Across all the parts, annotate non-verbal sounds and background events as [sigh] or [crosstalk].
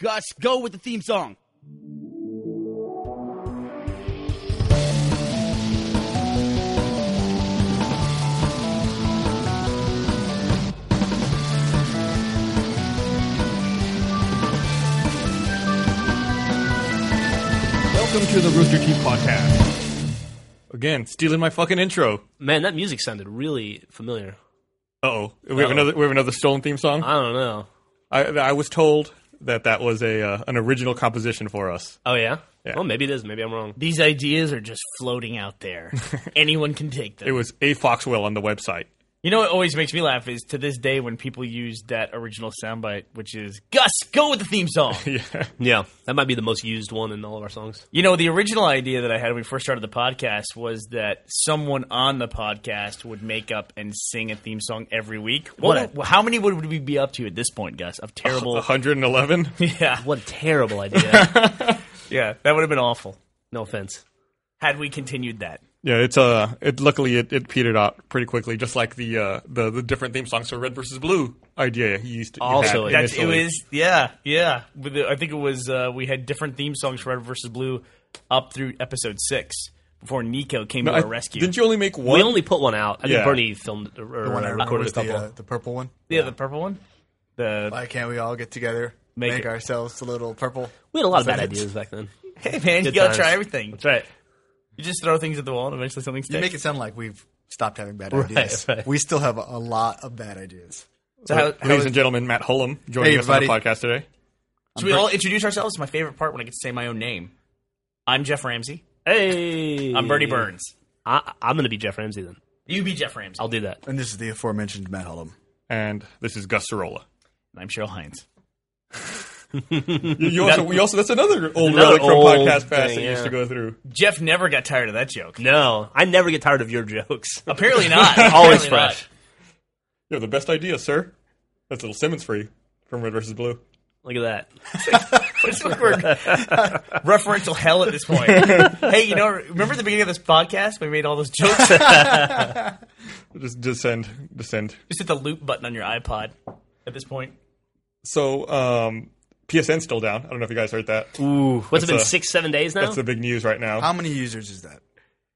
Gus, go with the theme song. Welcome to the Rooster Teeth Podcast. Again, stealing my fucking intro. Man, that music sounded really familiar. Oh, we have Uh-oh. Uh-huh. another we have another stolen theme song. I don't know. I, I was told that that was a uh, an original composition for us. Oh yeah? Yeah. Well, maybe it is. Maybe I'm wrong. These ideas are just floating out [laughs] there. Anyone can take them. It was a Foxwell on the website. You know what always makes me laugh is to this day when people use that original soundbite, which is Gus, go with the theme [laughs] song. Yeah, Yeah, that might be the most used one in all of our songs. you know, the original idea that I had when we first started the podcast was that someone on the podcast would make up and sing a theme song every week. What? Oh, how many would we be up to at this point, Gus? Of [laughs] terrible. 111. yeah, What a terrible idea. yeah, that would have been awful no offense. had we continued that. Yeah, it's uh, it luckily it, it petered out pretty quickly, just like the uh, the the different theme songs for Red versus Blue idea he used to. he Also, had That's, it initially. was yeah, yeah. With the- I think it was uh, we had different theme songs for Red versus Blue up through episode six before Nico came No, to I- our rescue. Didn't you only make one? We only put one out. I think Yeah. Bernie filmed or, or The one I remember recorded a was the, couple. uh, the purple one. yeah, the purple one. The Why can't we all get together, Make make, it. ourselves a little purple? we had a lot of bad that it? ideas back then. hey man, you Good gotta times. try everything. That's right. You just throw things at the wall and eventually something sticks. You make it sound like we've stopped having bad ideas. right. We still have a, a lot of bad ideas. so how, how Ladies is- and gentlemen, Matt Hullum joining Hey, us buddy. on the podcast today. should we all introduce ourselves? It's my favorite part when I get to say my own name. I'm Jeff Ramsey. Hey, I'm Bernie Burns. I, I'm going to be Jeff Ramsey then. You be Jeff Ramsey. I'll do that. And this is the aforementioned Matt Hullum. And this is Gus Sorolla. And I'm Cheryl Hines. You, you also, we also, that's another old Another relic from old Podcast Pass thing, that you used yeah. to go through. Jeff never got tired of that joke. No, I never get tired of your jokes. Apparently not. Always Apparently fresh. You're the best idea, sir. That's little Simmons free from Red versus Blue. Look at that. It's like we're referential hell at this point. hey, you know, remember the beginning of this podcast? We made all those jokes. Just Just descend, descend. hit the loop button on your iPod at this point. So, um, PSN's still down. I don't know if you guys heard that. Ooh, what's it been a- six, seven days now? That's the big news right now. How many users is that?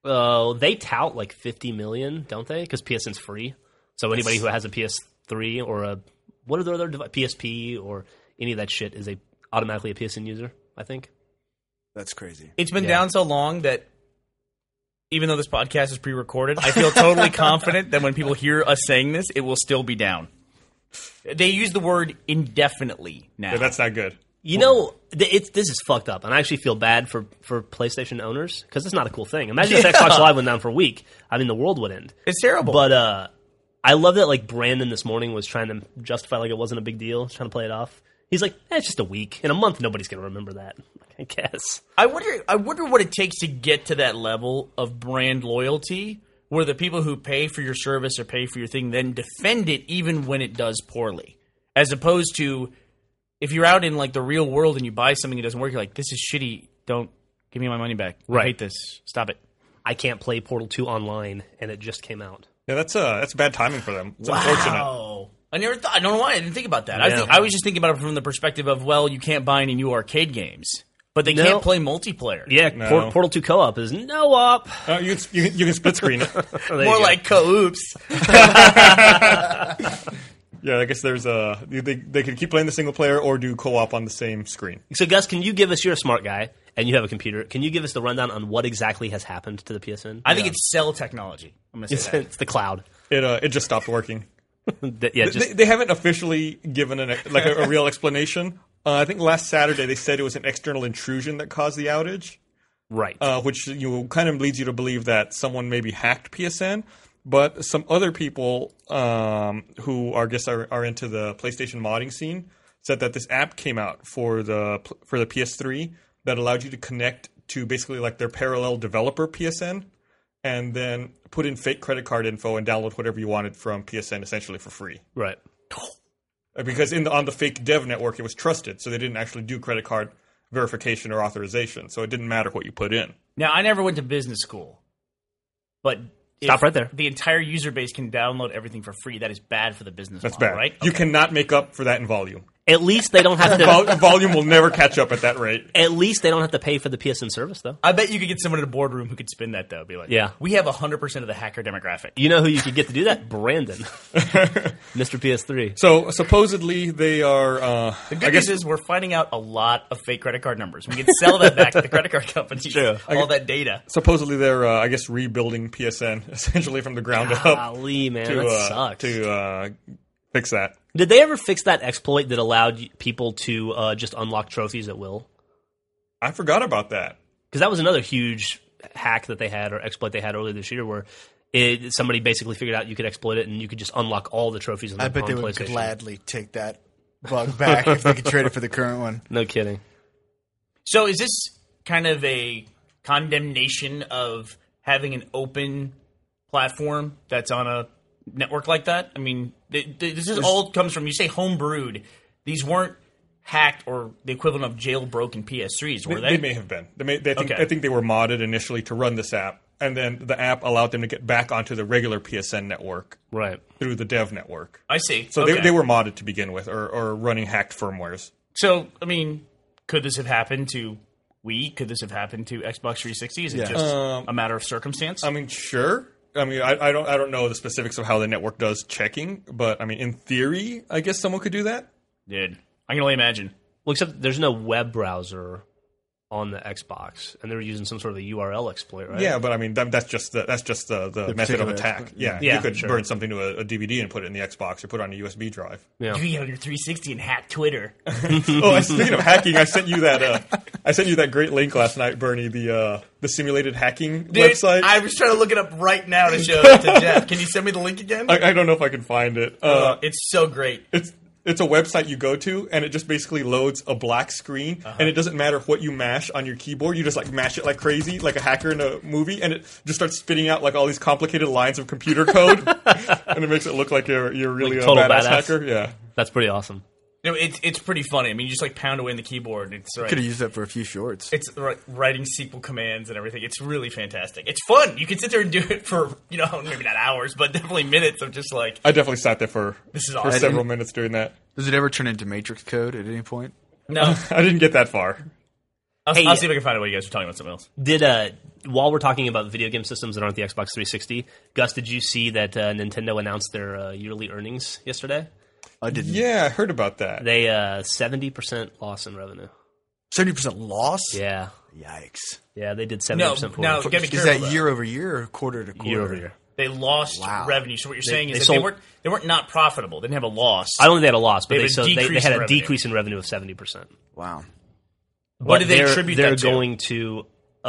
Uh, they tout like 50 million, don't they? Because PSN's free. So anybody who has a PS3 or a what are the other devi- PSP or any of that shit is a automatically a PSN user. I think. That's crazy. It's been down so long that even though this podcast is pre-recorded, I feel totally confident that when people hear us saying this, it will still be down. They use the word indefinitely now. Yeah, that's not good. You know, th- it's this is fucked up, and I actually feel bad for for PlayStation owners because it's not a cool thing. Imagine [laughs] if Xbox Live went down for a week. I mean, the world would end. it's terrible. But uh, I love that like Brandon this morning was trying to justify like it wasn't a big deal, trying to play it off. He's like, eh, it's just a week. In a month, nobody's gonna remember that. [laughs] I guess. I wonder I wonder what it takes to get to that level of brand loyalty where the people who pay for your service or pay for your thing then defend it even when it does poorly. As opposed to if you're out in like the real world and you buy something that doesn't work, you're like, This is shitty, don't give me my money back. I hate this. Stop it. I can't play Portal 2 online, and it just came out. Yeah, that's uh, that's bad timing for them. It's unfortunate. Oh. I never thought I don't know why I didn't think about that. I, Yeah. think, I was just thinking about it from the perspective of, well, you can't buy any new arcade games. But they No. can't play multiplayer. Yeah, No. Por- Portal 2 co-op is no op. Uh, you, can- you, can- you can split screen [laughs] it. More like co-oops. yeah, I guess there's uh, they they can keep playing the single player or do co-op on the same screen. So, Gus, can you give us? You're a smart guy, and you have a computer. Can you give us the rundown on what exactly has happened to the PSN? I think it's cell technology. I'm gonna say it's, that. it's the cloud. It uh, it just stopped working. That- yeah, just they, they haven't officially given an like a, a real explanation. Uh, I think last Saturday they said it was an external intrusion that caused the outage, right. uh, which you know, kind of leads you to believe that someone maybe hacked PSN. But some other people um, who are I guess are, are into the PlayStation modding scene said that this app came out for the pl- for the PS3 that allowed you to connect to basically like their parallel developer PSN. And then put in fake credit card info and download whatever you wanted from PSN essentially for free. right. Uh, because in the, on the fake dev network it was trusted, so they didn't actually do credit card verification or authorization, so it didn't matter what you put in. Now, I never went to business school, but if Stop right there. The entire user base can download everything for free. That is bad for the business. That's model, bad. right? You cannot make up for that in volume. At least they don't have to. Vol- [laughs] volume will never catch up at that rate. At least they don't have to pay for the PSN service, though. I bet you could get someone in a boardroom who could spin that though. Be like, Yeah. we have hundred percent of the hacker demographic. You know who you could get to do that? Brandon, [laughs] Mr. PS3. So supposedly they are. Uh, The good news is we're finding out a lot of fake credit card numbers. We can sell that back to the credit card [laughs] companies. True. All that data. supposedly they're, uh, I guess, rebuilding PSN [laughs] essentially from the ground up Ali, man, to that uh, sucks. to uh, fix that. Did they ever fix that exploit that allowed y- people to uh, just unlock trophies at will? I forgot about that. Because that was another huge hack that they had or exploit they had earlier this year, where it, somebody basically figured out you could exploit it and you could just unlock all the trophies. On I the, bet on they would PlayStation. gladly take that bug back if they could trade it for the current one. No kidding. So is this kind of a condemnation of having an open platform that's on a network like that? I mean, th- th- this is all comes from you say homebrewed. These weren't hacked or the equivalent of jailbroken PS3s, were They, they? may have been. They may, they think, Okay. I think they were modded initially to run this app, and then the app allowed them to get back onto the regular PSN network Right. through the dev network. I see. So Okay. they, they were modded to begin with, or, or running hacked firmwares. So I mean, could this have happened to Wii? Could this have happened to Xbox 360? Is it Yeah. just Um, a matter of circumstance? I mean, sure. I mean, I, I don't, I don't know the specifics of how the network does checking, but I mean, in theory, I guess someone could do that. Dude, I can only imagine. Well, except there's no web browser on the Xbox, and they were using some sort of a URL exploit, right? Yeah, but I mean, that, that's just the, that's just the, the, method of particular attack. exploit, Yeah, Yeah, you could sure. burn something to a, a DVD and put it in the Xbox or put it on a USB drive. Yeah. You get on your 360 and hack Twitter. oh, I, speaking of hacking, I sent you that. Uh, I sent you that great link last night, Bernie. The uh, the simulated hacking Dude, website. I was trying to look it up right now to show it [laughs] to Jeff. Can you send me the link again? I, I don't know if I can find it. Uh, Uh, it's so great. it's it's a website you go to, and it just basically loads a black screen, and it doesn't matter what you mash on your keyboard. You just like mash it like crazy, like a hacker in a movie, and it just starts spitting out like all these complicated lines of computer code, and it makes it look like you're you're really Like a total badass, badass. hacker. Yeah. That's pretty awesome. No, it's it's pretty funny. I mean, you just like pound away on the keyboard. and It's Could have right. used that for a few shorts. It's ri- writing SQL commands and everything. It's really fantastic. It's fun. You can sit there and do it for you know [laughs] maybe not hours, but definitely minutes of just like I definitely sat there for, This is for awesome. several minutes doing that. Does it ever turn into Matrix code at any point? no. I didn't get that far. I'll, Hey, I'll see if I can find out what you guys were talking about something else. Did uh, while we're talking about video game systems that aren't the Xbox 360, Gus, did you see that uh, Nintendo announced their uh, yearly earnings yesterday? I didn't. Yeah, I heard about that. They uh seventy percent loss in revenue. Seventy percent loss. Yeah, Yikes. yeah, they did seventy No, percent. no, get me Is careful. that though. year over year or quarter to quarter? year over year. They lost Wow. revenue. So what you're saying they is that sold- they weren't they weren't not profitable. They didn't have a loss. I don't think they had a loss, but They they had a so they, they decrease had in a revenue. decrease in revenue of seventy percent. Wow. What do they they're, attribute They're that to? going to uh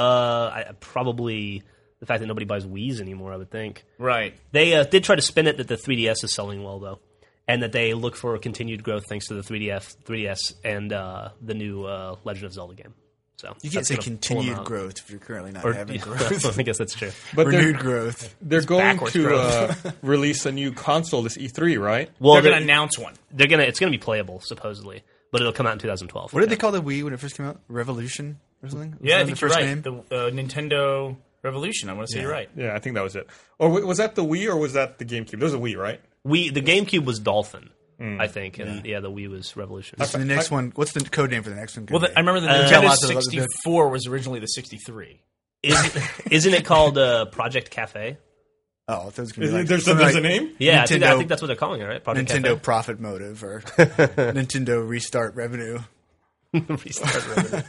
I- probably the fact that nobody buys Wii's anymore. I would think right. they uh, did try to spin it that the 3DS is selling well though, and that they look for continued growth thanks to the 3DS, 3DS, and uh, the new uh, Legend of Zelda game. So You can't say continued growth. growth if you're currently not [laughs] [laughs] having growth. I guess that's true. but they're- Renewed growth. They're going backwards to uh, growth. release a new console this E3, right? Well, They're they're, going to announce one. they're gonna it's gonna be playable supposedly, but it'll come out in 2012. What did they call the Wii when it first came out? Revolution or something? Was Yeah, that I think the you're first right. name. The uh, Nintendo Revolution. I want to say you're right. yeah, I think that was it. Or w- was that the Wii or was that the GameCube? That was a Wii, right? We the GameCube was Dolphin, Hmm. I think, and yeah. the Wii was Revolution. So the next one. What's the code name for the next one? Well, gonna the, be? I remember the Uh, Nintendo lots of- lots of 64 was originally the 63. Is, isn't it called uh, Project Cafe? Oh, that was gonna be Is- like, there's a- something there's a like name? Yeah, I think, I Nintendo- think that's what they're calling it, right? Project [laughs] Nintendo profit motive or Nintendo restart revenue. Cafe. Restart revenue.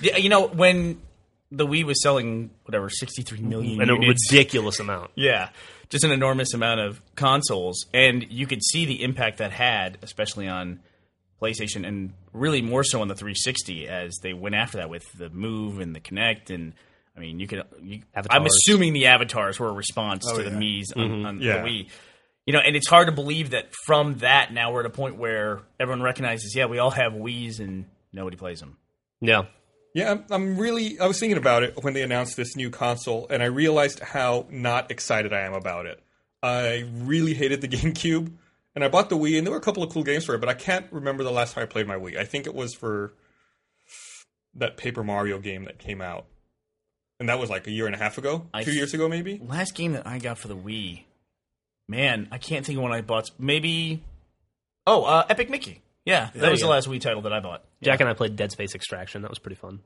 Yeah, you know when the Wii was selling whatever 63 million and a units. ridiculous amount. yeah, just an enormous amount of consoles, and you could see the impact that had, especially on PlayStation, and really more so on the 360, as they went after that with the Move and the Kinect, and I mean, you could. You, I'm Avatars. assuming the avatars were a response to the yeah. Mii's on, on Yeah. the Wii. You know, and it's hard to believe that from that now we're at a point where everyone recognizes, yeah, we all have Wii's and nobody plays them. Yeah. Yeah, I'm, I'm really. I was thinking about it when they announced this new console, and I realized how not excited I am about it. I really hated the [laughs] GameCube, and I bought the Wii, and there were a couple of cool games for it, but I can't remember the last time I played my Wii. I think it was for that Paper Mario game that came out, and that was like a year and a half ago, I two th- years ago, maybe. last game that I got for the Wii, man, I can't think of one I bought. Maybe, oh, uh, Epic Mickey. Yeah, that was the last Wii title that I bought. Jack and I played Dead Space Extraction. That was pretty fun.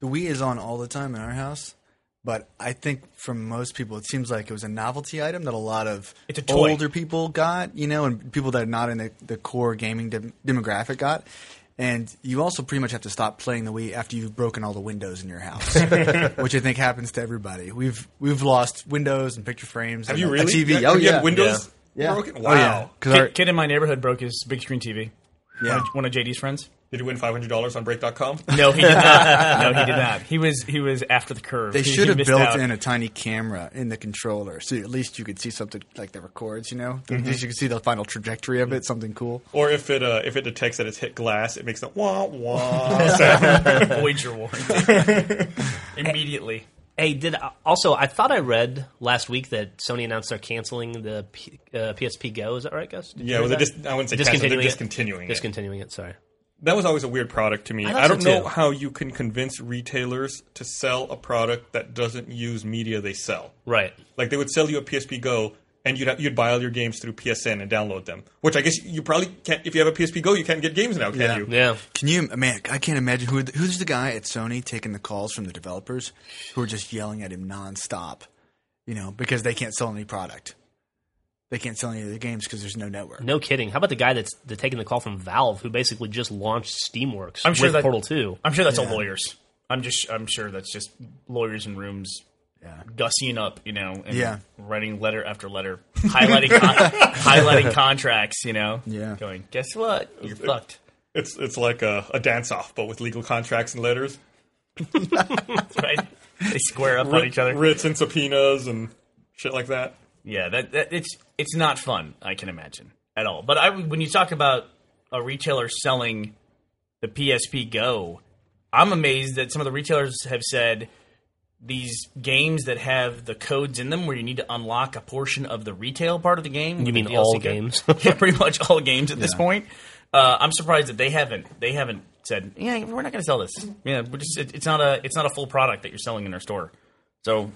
The Wii is on all the time in our house, but I think for most people, it seems like it was a novelty item that a lot of It's a toy. older people got, you know, and people that are not in the, the core gaming dem- demographic got. And you also pretty much have to stop playing the Wii after you've broken all the windows in [laughs] your house, which I think happens to everybody. We've we've lost windows and picture frames. Have and you a- really? A TV. Yeah, oh you yeah. had Windows Yeah. broken. Wow. Oh, yeah. 'Cause Kid, our- kid in my neighborhood broke his big screen TV. yeah. One of- One of JD's friends. Did you win five hundred dollars on Break.com? No, he did [laughs] not. No, he did not. He was he was after the curve. They He- should he have missed built out. in a tiny camera in the controller, so at least you could see something like the records. You know, Mm-hmm. at least you could see the final trajectory of it. Something cool. [laughs] Or if it uh, if it detects that it's hit glass, it makes that wah [laughs] wah sound. [laughs] void your warranty immediately. Hey, did uh, also I thought I read last week that Sony announced they're canceling the P, uh, PSP Go. Is that right, Gus? Did you Yeah, read well, they're that? just I wouldn't say cancel, they're it. discontinuing. it. Discontinuing it. Sorry. That was always a weird product to me. I I, thought don't so, know too. how you can convince retailers to sell a product that doesn't use media they sell. Right. Like they would sell you a PSP Go, and you'd you'd buy all your games through PSN and download them. Which I guess you probably can't if you have a PSP Go, you can't get games now, can Yeah. you? Yeah. Can you, man? I can't imagine who who's the guy at Sony taking the calls from the developers who are just yelling at him nonstop. You know, because they can't sell any product. They can't sell any of the games because there's no network. No kidding. How about the guy that's, that's taking the call from Valve, who basically just launched SteamWorks I'm sure with that- Portal Two? I'm sure that's all lawyers. I'm just I'm sure that's just lawyers in rooms gussying up, you know, and Yeah. writing letter after letter, highlighting [laughs] con- highlighting contracts, you know. Yeah. Going, guess what? [laughs] You're fucked. It's it's like a, a dance off, but with legal contracts and letters, Right? They square up on each other. writs and subpoenas and shit like that. Yeah, that, that it's it's not fun. I can imagine at all. But I would- when you talk about a retailer selling the PSP Go, I'm amazed that some of the retailers have said these games that have the codes in them where you need to unlock a portion of the retail part of the game. You with mean the all DLC code. games? [laughs] yeah, pretty much all games at this point. Uh, I'm surprised that they haven't they haven't said, yeah, we're not going to sell this. Yeah, we're just it, it's not a it's not a full product that you're selling in our store. So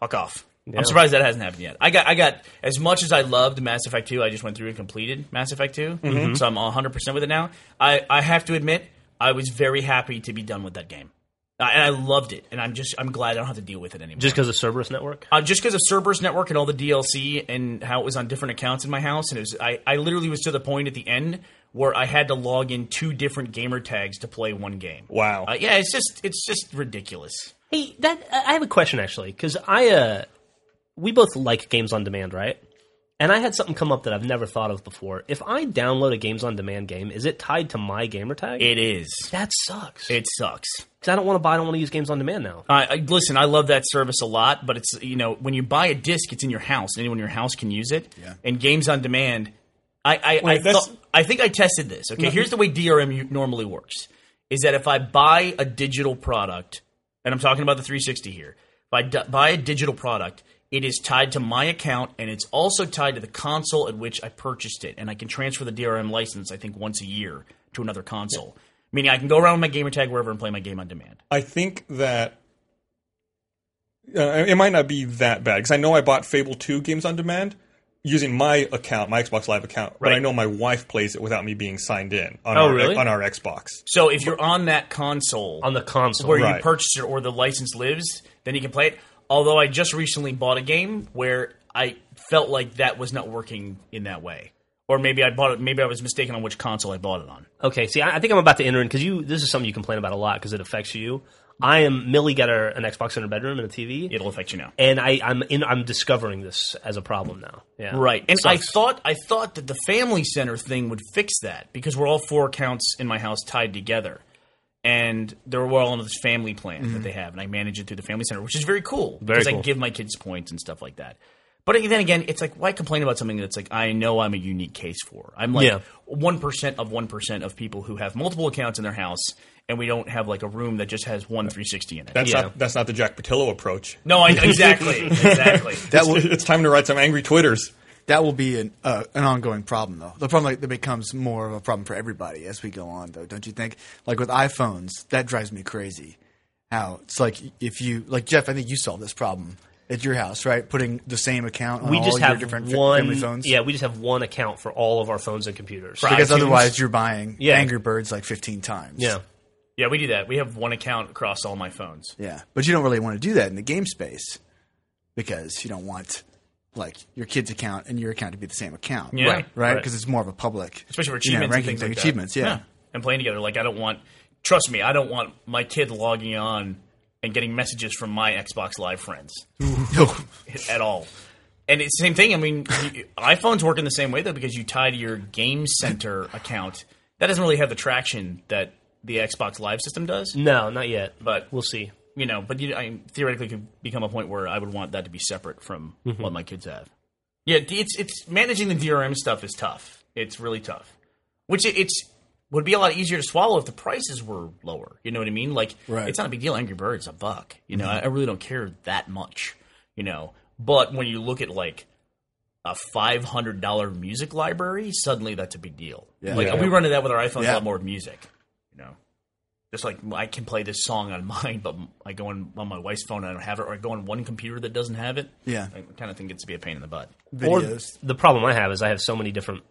fuck off. I'm surprised that hasn't happened yet. I got I got as much as I loved Mass Effect 2, I just went through and completed Mass Effect 2, so I'm 100 percent with it now. I I have to admit I was very happy to be done with that game, uh, and I loved it. And I'm just I'm glad I don't have to deal with it anymore. Just because of Cerberus Network? Uh, just because of Cerberus Network and all the DLC and how it was on different accounts in my house, and it was I, I literally was to the point at the end where I had to log in two different gamer tags to play one game. Wow. Uh, yeah, it's just it's just ridiculous. Hey, that uh, I I have a question actually because I uh, we both like games on demand, right? And I had something come up that I've never thought of before. If I download a games on demand game, is it tied to my gamer tag? It is. that sucks. It sucks. Because I don't want to buy. I don't want to use games on demand now. I, I listen. I love that service a lot, but it's you know when you buy a disc, it's in your house. Anyone in your house can use it. Yeah. And games on demand, I I, I, Wait, that's- thought- I think I tested this. Okay, here's the way DRM u- normally works: is that if I buy a digital product, and I'm talking about the 360 here, if I d- buy a digital product, it is tied to my account, and it's also tied to the console at which I purchased it, and I can transfer the DRM license. I think once a year to another console. Meaning, I can go around with my gamer tag wherever and play my game on demand. I think that uh, it might not be that bad because I know I bought Fable Two games on demand using my account, my Xbox Live account, but I know my wife plays it without me being signed in on, Oh, our, really? on our Xbox. So if you're on that console On the console, where you Right. purchased it or the license lives, then you can play it. Although I just recently bought a game where I felt like that was not working in that way. Or maybe I bought it maybe I was mistaken on which console I bought it on. Okay, see, I, I think I'm about to enter in because you. This is something you complain about a lot because it affects you. I am Millie got her an Xbox in her bedroom and a TV, It'll affect you now. and I, I'm in. I'm discovering this as a problem now. Yeah, Right. [laughs] And I Sucks. thought I thought that the family center thing would fix that because we're all four accounts in my house tied together. And they're we're all on this family plan that they have, and I manage it through the family center, which is very cool because Mm-hmm. cool. I give my kids points and stuff like that. But then again, it's like why complain about something that's like I know I'm a unique case for. I'm Yeah. like one of one percent of people who have multiple accounts in their house, and we don't have like a room that just has one 360 in it. That's Yeah. not that's not the Jack Patillo approach. [laughs] no, I, exactly, exactly. That will It's time to write some angry twitters. that will be an uh, an ongoing problem though. The problem like, that becomes more of a problem for everybody as we go on though, don't you think? Like with iPhones, that drives me crazy. How it's like if you like Jeff, I think you solved this problem at your house, right? Putting the same account on we all just your have different fa- one. family phones. Yeah, we just have one account for all of our phones and computers. because iTunes. otherwise you're buying Yeah. Angry Birds like 15 times. Yeah. Yeah, we do that. We have one account across all my phones. Yeah. But you don't really want to do that in the game space because you don't want like your kid's account and your account to be the same account. Yeah. Right. Right. Right. Because it's more of a public, especially for you know, achievements and rankings things like, like that. achievements. Yeah. and playing together. Like I don't want. Trust me, I don't want my kid logging on and getting messages from my Xbox Live friends [laughs] at all. And it's the same thing. I mean, you- iPhones work in the same way though because you tie to your Game Center account. That doesn't really have the traction that the Xbox Live system does. No, not yet. But We'll see. you know, but you, I theoretically could become a point where I would want that to be separate from Mm-hmm. what my kids have. Yeah, d- it's it's managing the DRM stuff is tough. It's really tough. Which it, it's would be a lot easier to swallow if the prices were lower. You know what I mean? Like Right. Mm-hmm. it's not a big deal. Angry Birds a buck. You know, I, I really don't care that much. You know, but when you look at like a five hundred dollar music library, suddenly that's a big deal. Yeah. Like Yeah. we run into that with our iPhones a Yeah. lot more with music. You know. Just like I can play this song on [laughs] mine, but I go on, on my wife's phone and I don't have it, or I go on one computer that doesn't have it. Yeah. I kind of think it's to be a pain in the butt. Videos. Or the problem I have is I have so many different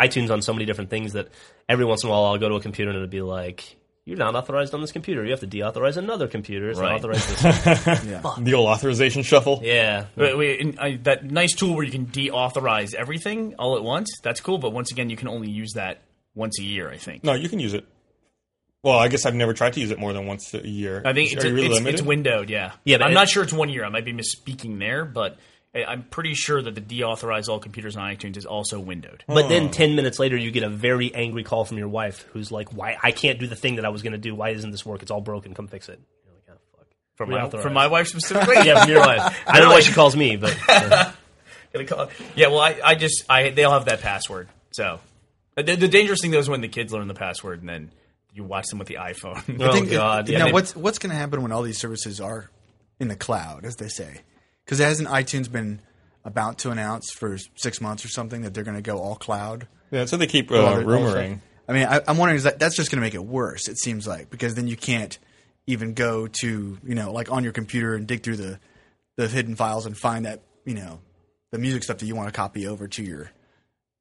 iTunes on so many different things that every once in a while I'll go to a computer and it'll be like, "You're not authorized on this computer. You have to deauthorize another computer. It's Right. not authorized this." [laughs] one." The old authorization shuffle. yeah. But we- and I- that nice tool where you can deauthorize everything all at once, that's cool. But once again, you can only use that once a year, I think. No, you can use it. Well, I guess I've never tried to use it more than once a year. I think it's, Are you it's, limited? it's windowed, yeah. Yeah, but I'm it- not sure it's one year. I might be misspeaking there, but I- I'm pretty sure that the deauthorize all computers on iTunes is also windowed. But then 10 minutes later, you get a very angry call from your wife who's like, Why? I can't do the thing that I was going to do. Why doesn't this work? It's all broken. Come fix it. You're like, "Oh, fuck." From my authorized. From my wife specifically? [laughs] yeah, from your wife. I don't know why she calls me, [laughs] but Gonna call- Yeah, well, I, I just I they'll have that password. So the, the dangerous thing though is when the kids learn the password and then you watch them with the iPhone. Oh, I think God, yeah. now, They- what's what's going to happen when all these services are in the cloud, as they say? Because hasn't iTunes been about to announce for six months or something that they're going to go all cloud? Yeah, so they keep uh, All the- all the rumoring. stuff? I mean, I, I'm wondering is that that's just going to make it worse? It seems like because then you can't even go to you know like on your computer and dig through the the hidden files and find that you know the music stuff that you want to copy over to your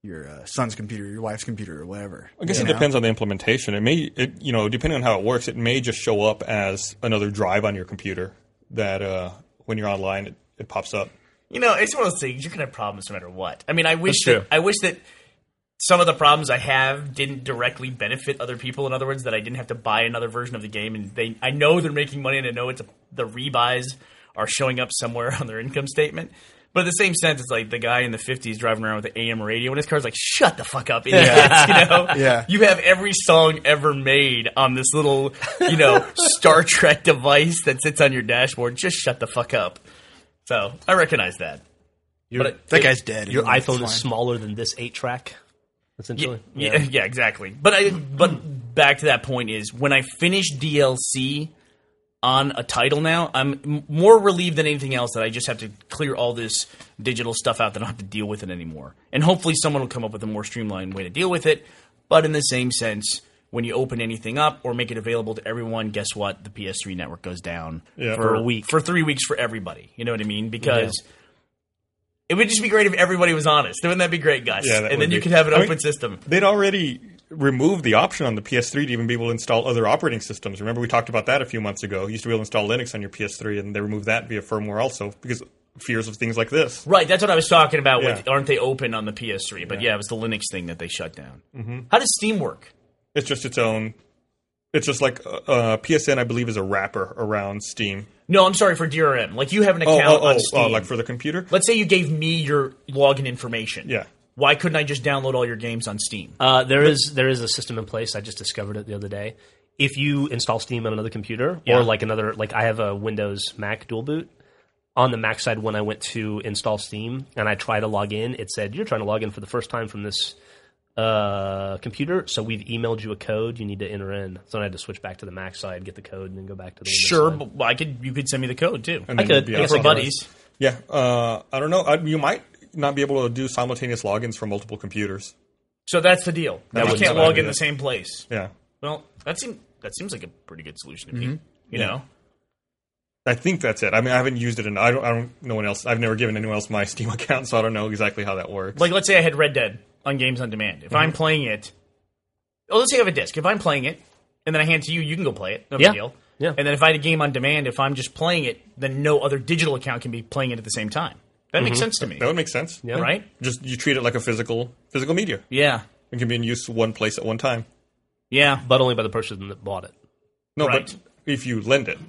your uh, son's computer, your wife's computer, or whatever. I guess you it know? depends on the implementation. It may, it, you know, depending on how it works, it may just show up as another drive on your computer that uh, when you're online, it, it pops up. You know, it's one of those things. You're gonna have problems no matter what. I mean, I wish That's that true. I wish that some of the problems I have didn't directly benefit other people. In other words, that I didn't have to buy another version of the game, and they I know they're making money, and I know it's a, the rebuys are showing up somewhere [laughs] on their income statement. But in the same sense, it's like the guy in the '50s driving around with the AM radio in his car is like, "Shut the fuck up, idiots!" You know, Yeah. You have every song ever made on this little, you know, Star Trek device that sits on your dashboard. Just shut the fuck up. So I recognize that. your, That guy's dead. your It's iPhone is fine. smaller than this 8 track, Yeah, essentially. yeah, yeah, exactly. But I, but back to that point is when I finish DLC on a title now, I'm m- more relieved than anything else that I just have to clear all this digital stuff out that I don't have to deal with it anymore. And hopefully, someone will come up with a more streamlined way to deal with it. But in the same sense, when you open anything up or make it available to everyone, guess what? The PS3 network goes down For a week. for three weeks for everybody. You know what I mean? Because it would just be great if everybody was honest. Wouldn't that be great, guys? Yeah, that and would then you be- could have an I mean- open system. They'd already removed the option on the PS3 to even be able to install other operating systems. Remember, we talked about that a few months ago. You used to be able to install Linux on your PS3, and they removed that via firmware also because fears of things like this. Right, that's what I was talking about. With, Yeah. aren't they open on the PS3? But yeah. it was the Linux thing that they shut down. Mm-hmm. How does Steam work? It's just its own. It's just like uh, uh, PSN, I believe, is a wrapper around Steam. No, I'm sorry for DRM. Like you have an Oh, account oh, oh, on Steam. oh, like for the computer. Let's say you gave me your login information. Yeah. Why couldn't I just download all your games on Steam? Uh, there is there is a system in place. I just discovered it the other day. If you install Steam on another computer Yeah. or like another like I have a Windows Mac dual boot on the Mac side when I went to install Steam and I tried to log in, it said you're trying to log in for the first time from this uh, computer, so we've emailed you a code you need to enter in. So I had to switch back to the Mac side, get the code, and then go back to the Windows sure, side. but I could. You could send me the code too. And I then could. you'd be I able guess to I for could. log in. buddies. Yeah, uh, I don't know. I, you might not be able to do simultaneous logins from multiple computers. So that's the deal. That you would- can't that would log be in the it. same place. Yeah, Mm-hmm. Well, that seems that seems like a pretty good solution to me. You know, I think that's it. I mean, I haven't used it, and I don't. I don't. No one else. I've never given anyone else my [laughs] Steam account, so I don't know exactly how that works. Like, let's say I had Red Dead on Games on Demand. If Mm-hmm. I'm playing it, oh, let's say I have a disc. If I'm playing it, and then I hand it to you, you can go play it. No big Yeah. deal. Yeah. And then if I had a game on demand, if I'm just playing it, then no other digital account can be playing it at the same time. That makes Mm-hmm. sense to me, that would make sense, Yeah. right? Just you treat it like a physical physical media. Yeah. It can be in use one place at one time. Yeah. but only by the person that bought it. No, Right. but if you lend it,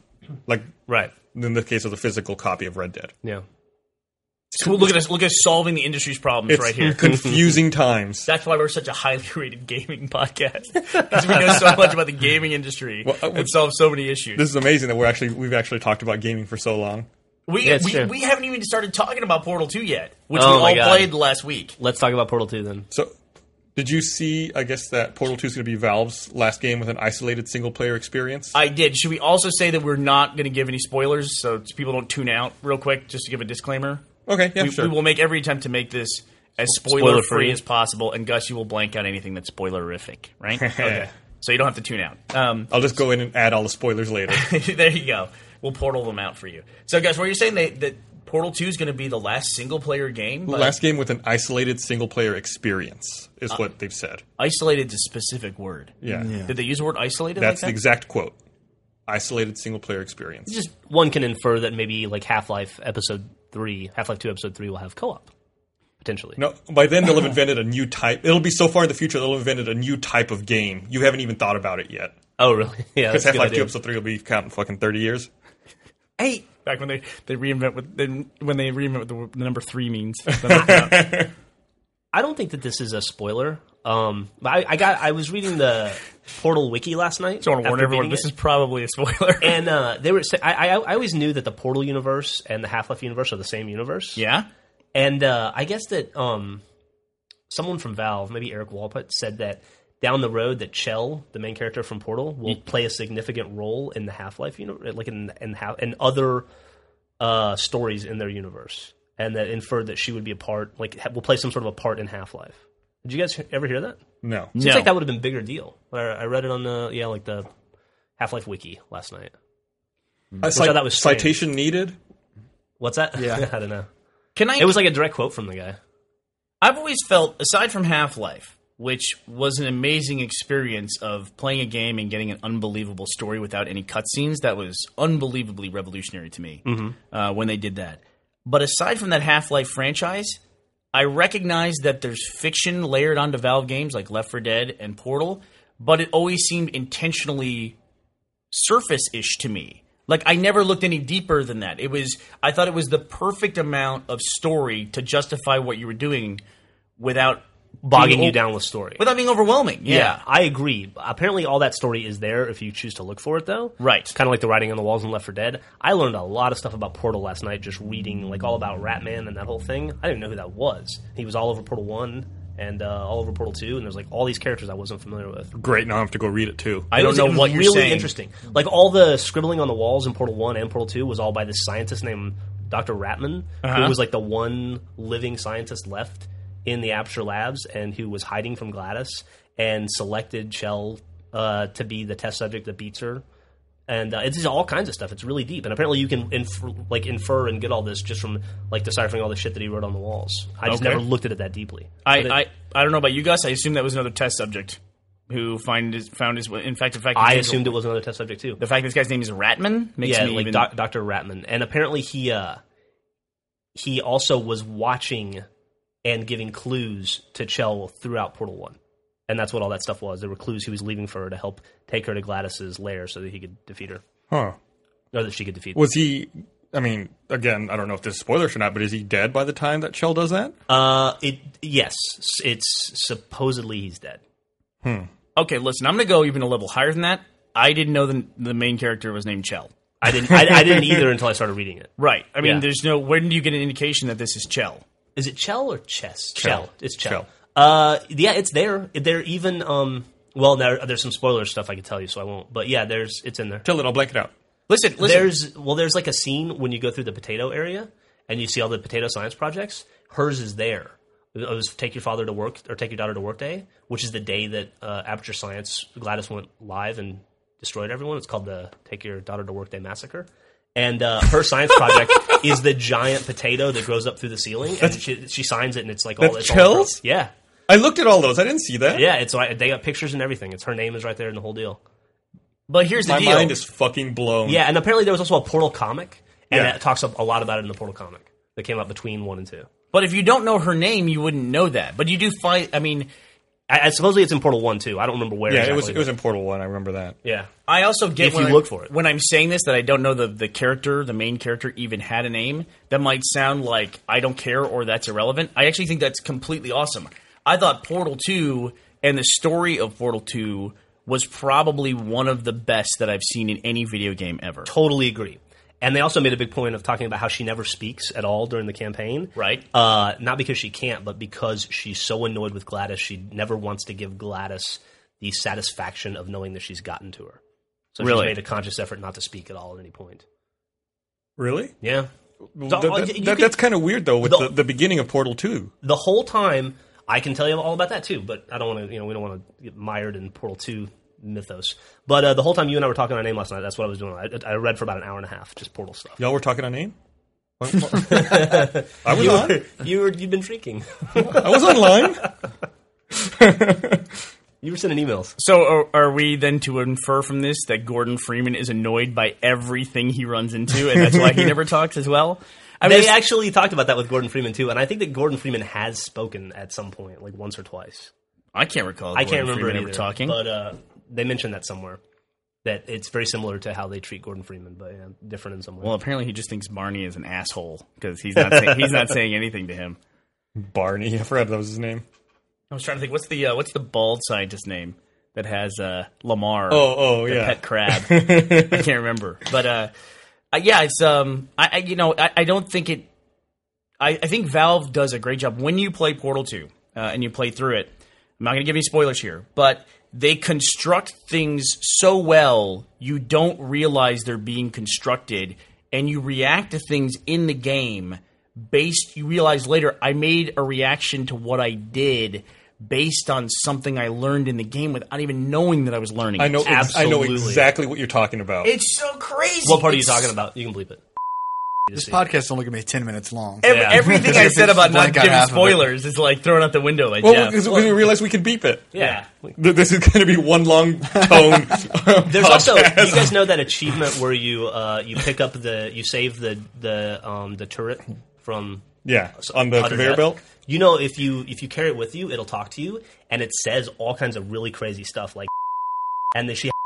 like Right. in the case of the physical copy of Red Dead, Yeah. Cool. Look at us. Look at us solving the industry's problems it's [laughs] right here. confusing [laughs] times. That's why we're such a highly rated gaming podcast [laughs] because we know so much about the gaming industry Well, I uh, would- and solve so many issues. This is amazing that we're actually we've actually talked about gaming for so long. we, Yeah, it's we, true. we haven't even started talking about Portal 2 yet, which Oh we my all God. played last week. Let's talk about Portal 2 then. So, did you see? I guess that Portal Two is going to be Valve's last game with an isolated single player experience. I did. Should we also say that we're not going to give any spoilers so people don't tune out real quick just to give a disclaimer? okay, yeah, we, sure. we will make every attempt to make this as spoiler Spoiler-free. free as possible, and Gus, you will blank out anything that's spoilerific, [laughs] right? okay. So you don't have to tune out. Um, [laughs] I'll just go in and add all the spoilers [laughs] later. there you go. We'll portal them out for you. So, Gus, were you saying they, that Portal 2 is going to be the last single player game? But last game with an isolated single player experience Uh, is what they've said. Isolated is a specific word. Yeah, Did they use the word isolated? that's the like that? exact quote. Isolated single player experience. Just one can infer that maybe like Half Life Episode 3, Half Life 2 Episode 3 will have co op, potentially. No, by then they'll have invented a new type. It'll be so far in the future they'll have invented a new type of game. You haven't even thought about it yet. Oh, really? [laughs] Yeah. Because That's a Half good Life Two idea. Episode Three will be counting fucking thirty years. Hey! Back when they, they reinvent with then when they reinvent what the, w- the number [laughs] three means. That's I don't think that this is a spoiler. Um, but I, I got I was reading the Portal wiki last night. I want to warn after everyone. beating This it. is probably a spoiler. and uh, they were. sa- I, I I always knew that the Portal universe and the Half Life universe are the same universe. [laughs] yeah. And uh, I guess that um, someone from Valve, maybe Eric Walput, said that down the road that Chell, the main character from Portal, will play a significant role in the Half Life universe, like in in, how in other uh, stories in their universe, and that inferred that she would be a part, like ha- will play some sort of a part in Half Life. Did you guys he- ever hear that? No, Uh, Seems No. like that would have been a bigger deal. I, I read it on the yeah, like the Half Life Wiki last night. I thought that was strange. citation needed. What's that? Yeah. [laughs] I don't know. Can I? It was like a direct quote from the guy. I've always felt, aside from Half Life, which was an amazing experience of playing a game and getting an unbelievable story without any cutscenes, that was unbelievably revolutionary to me uh, when they did that. But aside from that Half Life franchise, I recognize that there's fiction layered onto Valve games like Left 4 Dead and Portal, but it always seemed intentionally surface ish to me. Like I never looked any deeper than that. It was I thought it was the perfect amount of story to justify what you were doing without Bogging being you o- down with story. without being overwhelming. Yeah. I agree. Apparently, all that story is there if you choose to look for it, though. Right. It's kind of like the writing on the walls in Left 4 Dead. I learned a lot of stuff about Portal last night just reading, like, all about Ratman and that whole thing. I didn't know who that was. He was all over Portal 1 and uh, all over Portal 2, and there's, like, all these characters I wasn't familiar with. Great. Now I have to go read it too. I It don't was- know it was what you're really saying. interesting. Like all the scribbling on the walls in Portal One and Portal Two was all by this scientist named Dr. Ratman, Uh-huh. who was like the one living scientist left in the Aperture Labs, and who was hiding from Gladys and selected Shell uh, to be the test subject that beats her. And uh, it's just all kinds of stuff. It's really deep, and apparently you can infer, like infer and get all this just from like deciphering all the shit that he wrote on the walls. I just Okay. never looked at it that deeply. I, But it- I I don't know about you guys. I assume that was another test subject who find his, found his in fact the fact I his name's- assumed it was another test subject too. the fact this guy's name is Ratman makes yeah, me like even doc- Dr. Ratman. And apparently he uh he also was watching and giving clues to Chell throughout Portal 1. And that's what all that stuff was. There were clues he was leaving for her to help take her to Gladys's lair so that he could defeat her. Huh? Or that she could defeat Was he? I mean, again, I don't know if this is spoilers or not, but is he dead by the time that Shell does that? Uh it yes, it's supposedly he's dead. Okay, listen, I'm going to go even a level higher than that. I didn't know the, the main character was named Chell. I didn't I, I didn't either until I started reading it. Right. I mean, Yeah. there's no when do you get an indication that this is Chell? Is it Chell or Chess? Chell. It's Chell. Chell. Uh, yeah, it's there. They're even um. Well, there, there's some spoiler stuff I could tell you, so I won't. But yeah, there's it's in there. Tell it. I'll blank it out. Listen, listen. There's well, there's like a scene when you go through the potato area and you see all the potato science projects. Hers is there. It was take your father to work or take your daughter to work day, which is the day that uh, Aperture Science Gladys went live and destroyed everyone. It's called the Take Your Daughter to Work Day Massacre. And uh, her science [laughs] project is the giant potato that grows up through the ceiling, and she, she signs it, and it's like all That's it's all Chills? her- yeah, I looked at all those. I didn't see that. yeah. It's like they got pictures and everything. It's her name is right there in the whole deal. But here's the My deal. mind is fucking blown. Yeah, and apparently there was also a Portal comic, and Yeah. that talks up a lot about it in the Portal comic that came out between one and two. but if you don't know her name, you wouldn't know that. But you do find. I mean, I, I supposedly it's in Portal one too. I don't remember where. Yeah, it was exactly, it was in Portal One. I remember that. but- yeah. I also get If when you I- look for it. when I'm saying this that I don't know the the character, the main character, even had a name. That might sound like I don't care or that's irrelevant. I actually think that's completely awesome. I thought Portal Two and the story of Portal Two was probably one of the best that I've seen in any video game ever. totally agree. And they also made a big point of talking about how she never speaks at all during the campaign. Right. Uh, not because she can't, but because she's so annoyed with Gladys, she never wants to give Gladys the satisfaction of knowing that she's gotten to her. So Really? she's made a conscious effort not to speak at all at any point. Really? Yeah. Th- The- that- uh, you that- could- that's kind of weird though. With the- the, the, beginning of Portal Two, the whole time I can tell you all about that too, but I don't want to. You know, we don't want to get mired in Portal Two mythos. But uh, the whole time you and I were talking on name last night, that's what I was doing. I, I read for about an hour and a half just Portal stuff. y'all were talking on [laughs] name. I was on. You were you've been drinking. I was online. [laughs] You were sending emails. So are, are we then to infer from this that Gordon Freeman is annoyed by everything he runs into, and that's [laughs] why he never talks as well? I mean, They it's- actually talked about that with Gordon Freeman too, and I think that Gordon Freeman has spoken at some point, like once or twice. I can't recall. I can't Gordon remember Freeman it ever either, talking. but uh, they mentioned that somewhere. That it's very similar to how they treat Gordon Freeman, but yeah, different in some way. Well, apparently he just thinks Barney is an asshole because he's not say- he's not saying anything to him. Barney. I forgot that was his name. I was trying to think what's the uh, what's the bald scientist name that has uh, Lamar? Oh, oh, the yeah. [laughs] pet crab. I can't remember, but uh, uh, yeah, it's um, I, I you know I, I don't think it. I, I think Valve does a great job when you play Portal Two uh, and you play through it. I'm not going to give any spoilers here, but they construct things so well you don't realize they're being constructed, and you react to things in the game based. You realize later I made a reaction to what I did based on something I learned in the game without even knowing that I was learning. I it. know. Ex- I know Absolutely. exactly what you're talking about. It's so crazy. what part are you It's- talking [laughs] about? You can bleep it. This podcast only gonna be ten minutes long. Ev- Yeah. Everything I said about not Blank out giving half of it. spoilers is like thrown out the window by well, Jeff. because we realized we could beep it. Yeah. Th- This is going to be one long tone. [laughs] There's also you guys know that achievement where you uh, you pick up the you save the the um, the turret from yeah, on the Hunter conveyor Death. belt. You know, if you if you carry it with you, it'll talk to you, and it says all kinds of really crazy stuff like, and then she [laughs]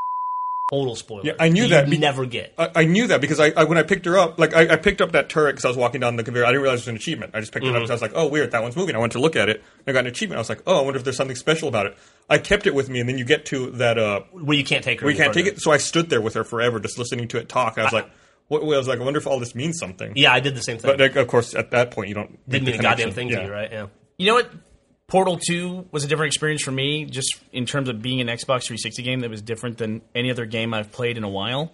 total spoiler. Yeah, I knew you that be- Uh, never get. I, I knew that because I, I when I picked her up, like I, I picked up that turret because I was walking down the conveyor. I didn't realize it was an achievement. I just picked Mm-hmm. it up because I was like, oh weird, that one's moving. I went to look at it. And I got an achievement. I was like, oh, I wonder if there's something special about it. I kept it with me, and then you get to that uh, Where you can't take her. we any can't take further. it. So I stood there with her forever, just listening to it talk. I was like, what, I was like, I wonder if all this means something. Yeah, I did the same thing. But like, of course, at that point, you don't make Didn't the mean a goddamn connection. thing Yeah. to you, right? Yeah. you know what? Portal 2 was a different experience for me, just in terms of being an Xbox 360 game that was different than any other game I've played in a while.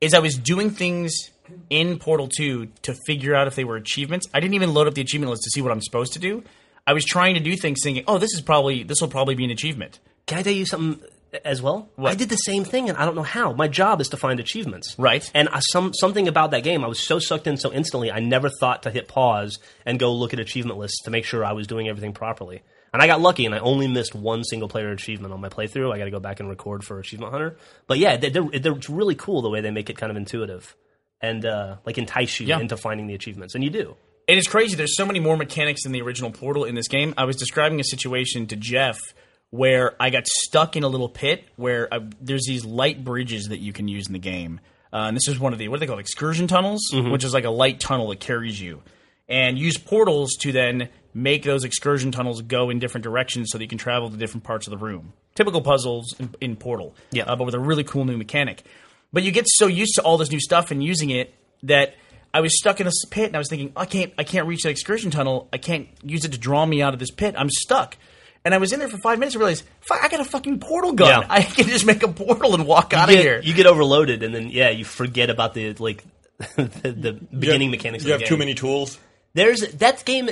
Is I was doing things in Portal 2 to figure out if they were achievements. I didn't even load up the achievement list to see what I'm supposed to do. I was trying to do things thinking, "Oh, this is probably this will probably be an achievement." Can I tell you something as well? I did the same thing, and I don't know how. My job is to find achievements, Right. And I, some something about that game, I was so sucked in so instantly, I never thought to hit pause and go look at achievement lists to make sure I was doing everything properly. And I got lucky, and I only missed one single player achievement on my playthrough. I got to go back and record for Achievement Hunter. But yeah, they- they're, they're it's really cool the way they make it kind of intuitive and uh, like entice you Yeah. into finding the achievements, and you do. It is crazy. There's so many more mechanics in the original Portal in this game. I was describing a situation to Jeff where I got stuck in a little pit where I, there's these light bridges that you can use in the game. Uh, and this is one of the, what do they call it, excursion tunnels, which is like a light tunnel that carries you. And use portals to then make those excursion tunnels go in different directions so that you can travel to different parts of the room. Typical puzzles in, in Portal, Yeah. uh, but with a really cool new mechanic. But you get so used to all this new stuff and using it that I was stuck in this pit and I was thinking, I can't, I can't reach the excursion tunnel. I can't use it to draw me out of this pit. I'm stuck. And I was in there for five minutes and realized, fuck, I got a fucking portal gun. Yeah. [laughs] I can just make a portal and walk out of You get- here. You get overloaded, and then yeah, you forget about the like [laughs] the, the You have- beginning mechanics. You have of the game. too many tools. There's that game.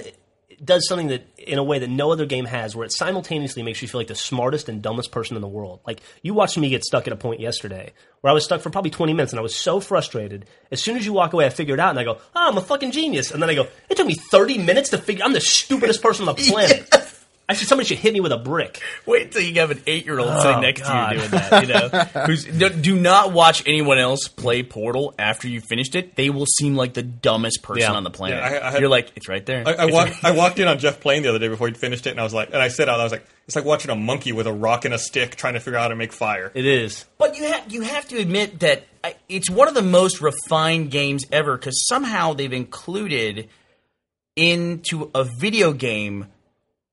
does something that in a way that no other game has, where it simultaneously makes you feel like the smartest and dumbest person in the world. Like you watched me get stuck at a point yesterday where I was stuck for probably 20 minutes and I was so frustrated. As soon as you walk away, I figure it out and I go, "Oh, I'm a fucking genius." And then I go, "It took me 30 minutes to figure. I'm the stupidest person on the planet." I should somebody should hit me with a brick. Wait till you have an eight-year-old Oh, sitting next to you doing that. [laughs] You know, Who's, do, do not watch anyone else play Portal after you finished it. They will seem like the dumbest person Yeah. on the planet. Yeah, I- I had- You're like, it's right there. I, I, It's walk, right- I walked in on Jeff Plain the other day before he'd finished it, and I was like, and I said out, I was like, it's like watching a monkey with a rock and a stick trying to figure out how to make fire. It is. But you have you have to admit that I- it's one of the most refined games ever because somehow they've included into a video game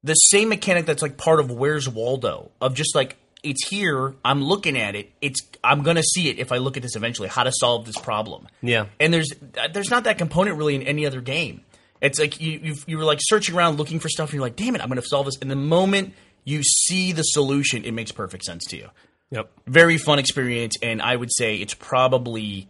the same mechanic that's like part of Where's Waldo of just like it's here I'm looking at it it's I'm gonna see it if I look at this eventually how to solve this problem Yeah. and there's uh, there's not that component really in any other game it's like you you you were like searching around looking for stuff and you're like damn it I'm gonna solve this and the moment you see the solution it makes perfect sense to you Yep. very fun experience, and I would say it's probably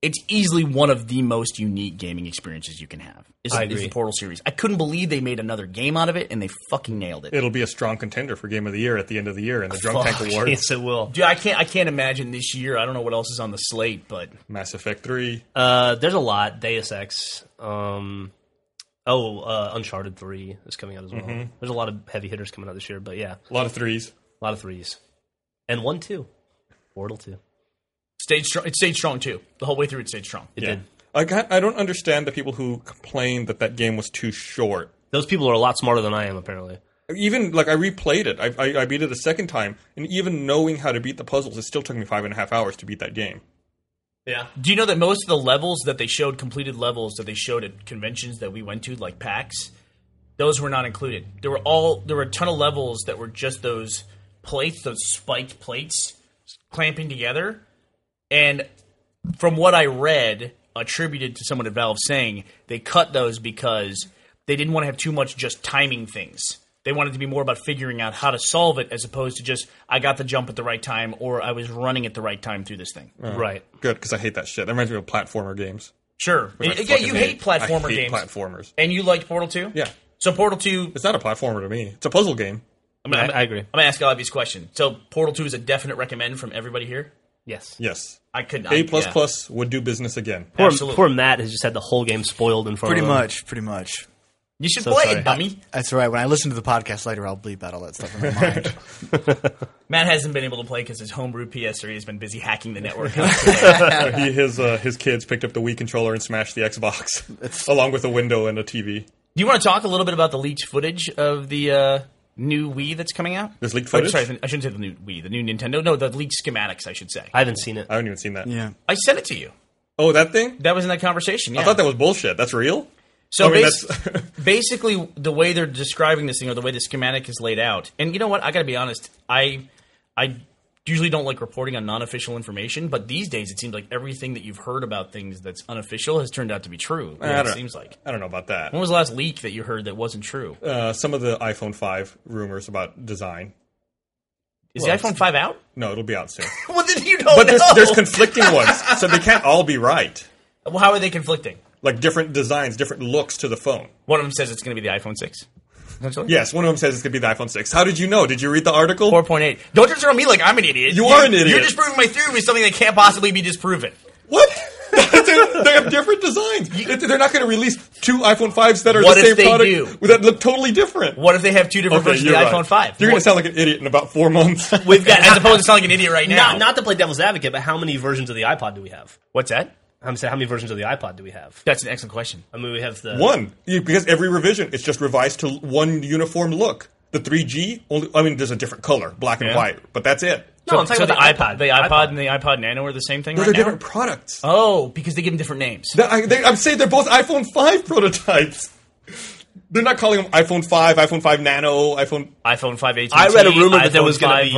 it's easily one of the most unique gaming experiences you can have. Is, I is agree. the Portal series. I couldn't believe they made another game out of it, and they fucking nailed it. It'll be a strong contender for Game of the Year at the end of the year in the Drunk Tank Awards. [laughs] [laughs] Yes, it will. Dude, I can't I can't imagine this year. I don't know what else is on the slate, but Mass Effect 3. Uh, there's a lot. Deus Ex. Um, oh, uh, Uncharted Three is coming out as well. There's a lot of heavy hitters coming out this year, but yeah, a lot of threes. a lot of threes and one two, Portal two. stayed strong. It stayed strong too. The whole way through, it stayed strong. It Yeah. did. I, got, I don't understand the people who complained that that game was too short. Those people are a lot smarter than I am, apparently. Even like I replayed it, I, I, I beat it a second time, and even knowing how to beat the puzzles, it still took me five and a half hours to beat that game. Yeah. Do you know that most of the levels that they showed, completed levels that they showed at conventions that we went to, like PAX, those were not included. There were all there were a ton of levels that were just those plates, those spiked plates clamping together. And from what I read, attributed to someone at Valve saying they cut those because they didn't want to have too much just timing things. They wanted to be more about figuring out how to solve it as opposed to just I got the jump at the right time or I was running at the right time through this thing. Right. Good, because I hate that shit. That reminds me of platformer games. Sure. I And- yeah, fucking you hate platformer I hate games. platformers. and you liked Portal 2? Yeah. So Portal 2, It's not a platformer to me. It's a puzzle game. I'm gonna, I- I agree. I'm going to ask an obvious question. So Portal 2 is a definite recommend from everybody here? Yes. Yes. I couldn't. A plus plus would do business [laughs] again. Poor, Absolutely. poor Matt has just had the whole game spoiled in front Pretty of him. much, pretty much. You should So play sorry. it, dummy. That's all right. When I listen to the podcast later, I'll bleep out all that stuff in [laughs] my mind. Matt hasn't been able to play because his homebrew PS3 has been busy hacking [laughs] the network. he, his uh, his kids picked up the Wii controller and smashed the Xbox, [laughs] along with a window and a TV. Do you want to talk a little bit about the leaked footage of the uh, new Wii that's coming out? There's leaked Oh, footage? sorry, I shouldn't say the new Wii, the new Nintendo. No, the leaked schematics, I should say. I haven't seen it. I haven't even seen that. yeah. I sent it to you. Oh, that thing? That was in that conversation. Yeah. I thought that was bullshit. That's real. So I mean, bas- that's- [laughs] basically, the way they're describing this thing, or the way the schematic is laid out, and you know what? I got to be honest. I, I usually don't like reporting on non-official information, but these days it seems like everything that you've heard about things that's unofficial has turned out to be true. I It don't- seems like. I don't know about that. When was the last leak that you heard that wasn't true? Uh, some of the iPhone five rumors about design. Is well, the iPhone [laughs] five out? No, it'll be out [laughs] soon. well, then you don't But know. there's, there's conflicting ones, so they can't all be right. well, how are they conflicting? Like different designs, different looks to the phone. One of them says it's going to be the iPhone six. Oh, Yes, one of them says it's gonna be the iPhone six. How did you know? Did you read the article? Four point eight. Don't just throw me like I'm an idiot. You are an idiot. You're disproving my theory with something that can't possibly be disproven. What? [laughs] they, they have different designs. It- They're not going to release two iPhone 5s that are What the if same they product do? that look totally different. What if they have two different versions of the you're iPhone right. five? You're going What- to sound like an idiot in about four [laughs] months. We've got, as opposed to sounding like an idiot right now. Not, not to play devil's advocate, but how many versions of the iPod do we have? What's that? I'm saying, how many versions of the iPod do we have? That's an excellent question. I mean, we have the [laughs] one, You- because every revision it's just revised to one uniform look. The 3G only. I mean, there's a different color, black and Yeah. white, but that's it. No, I'm talking so about the iPod, the iPod, and the iPod Nano are the same thing Those right are now? different products. Oh, because they give them different names. That- I, they, I'm saying they're both iPhone 5 [laughs] prototypes. They're not calling them iPhone 5, iPhone 5 Nano, iPhone. iPhone 5 AT&T, I read a rumor that iPhone there was going 5 to be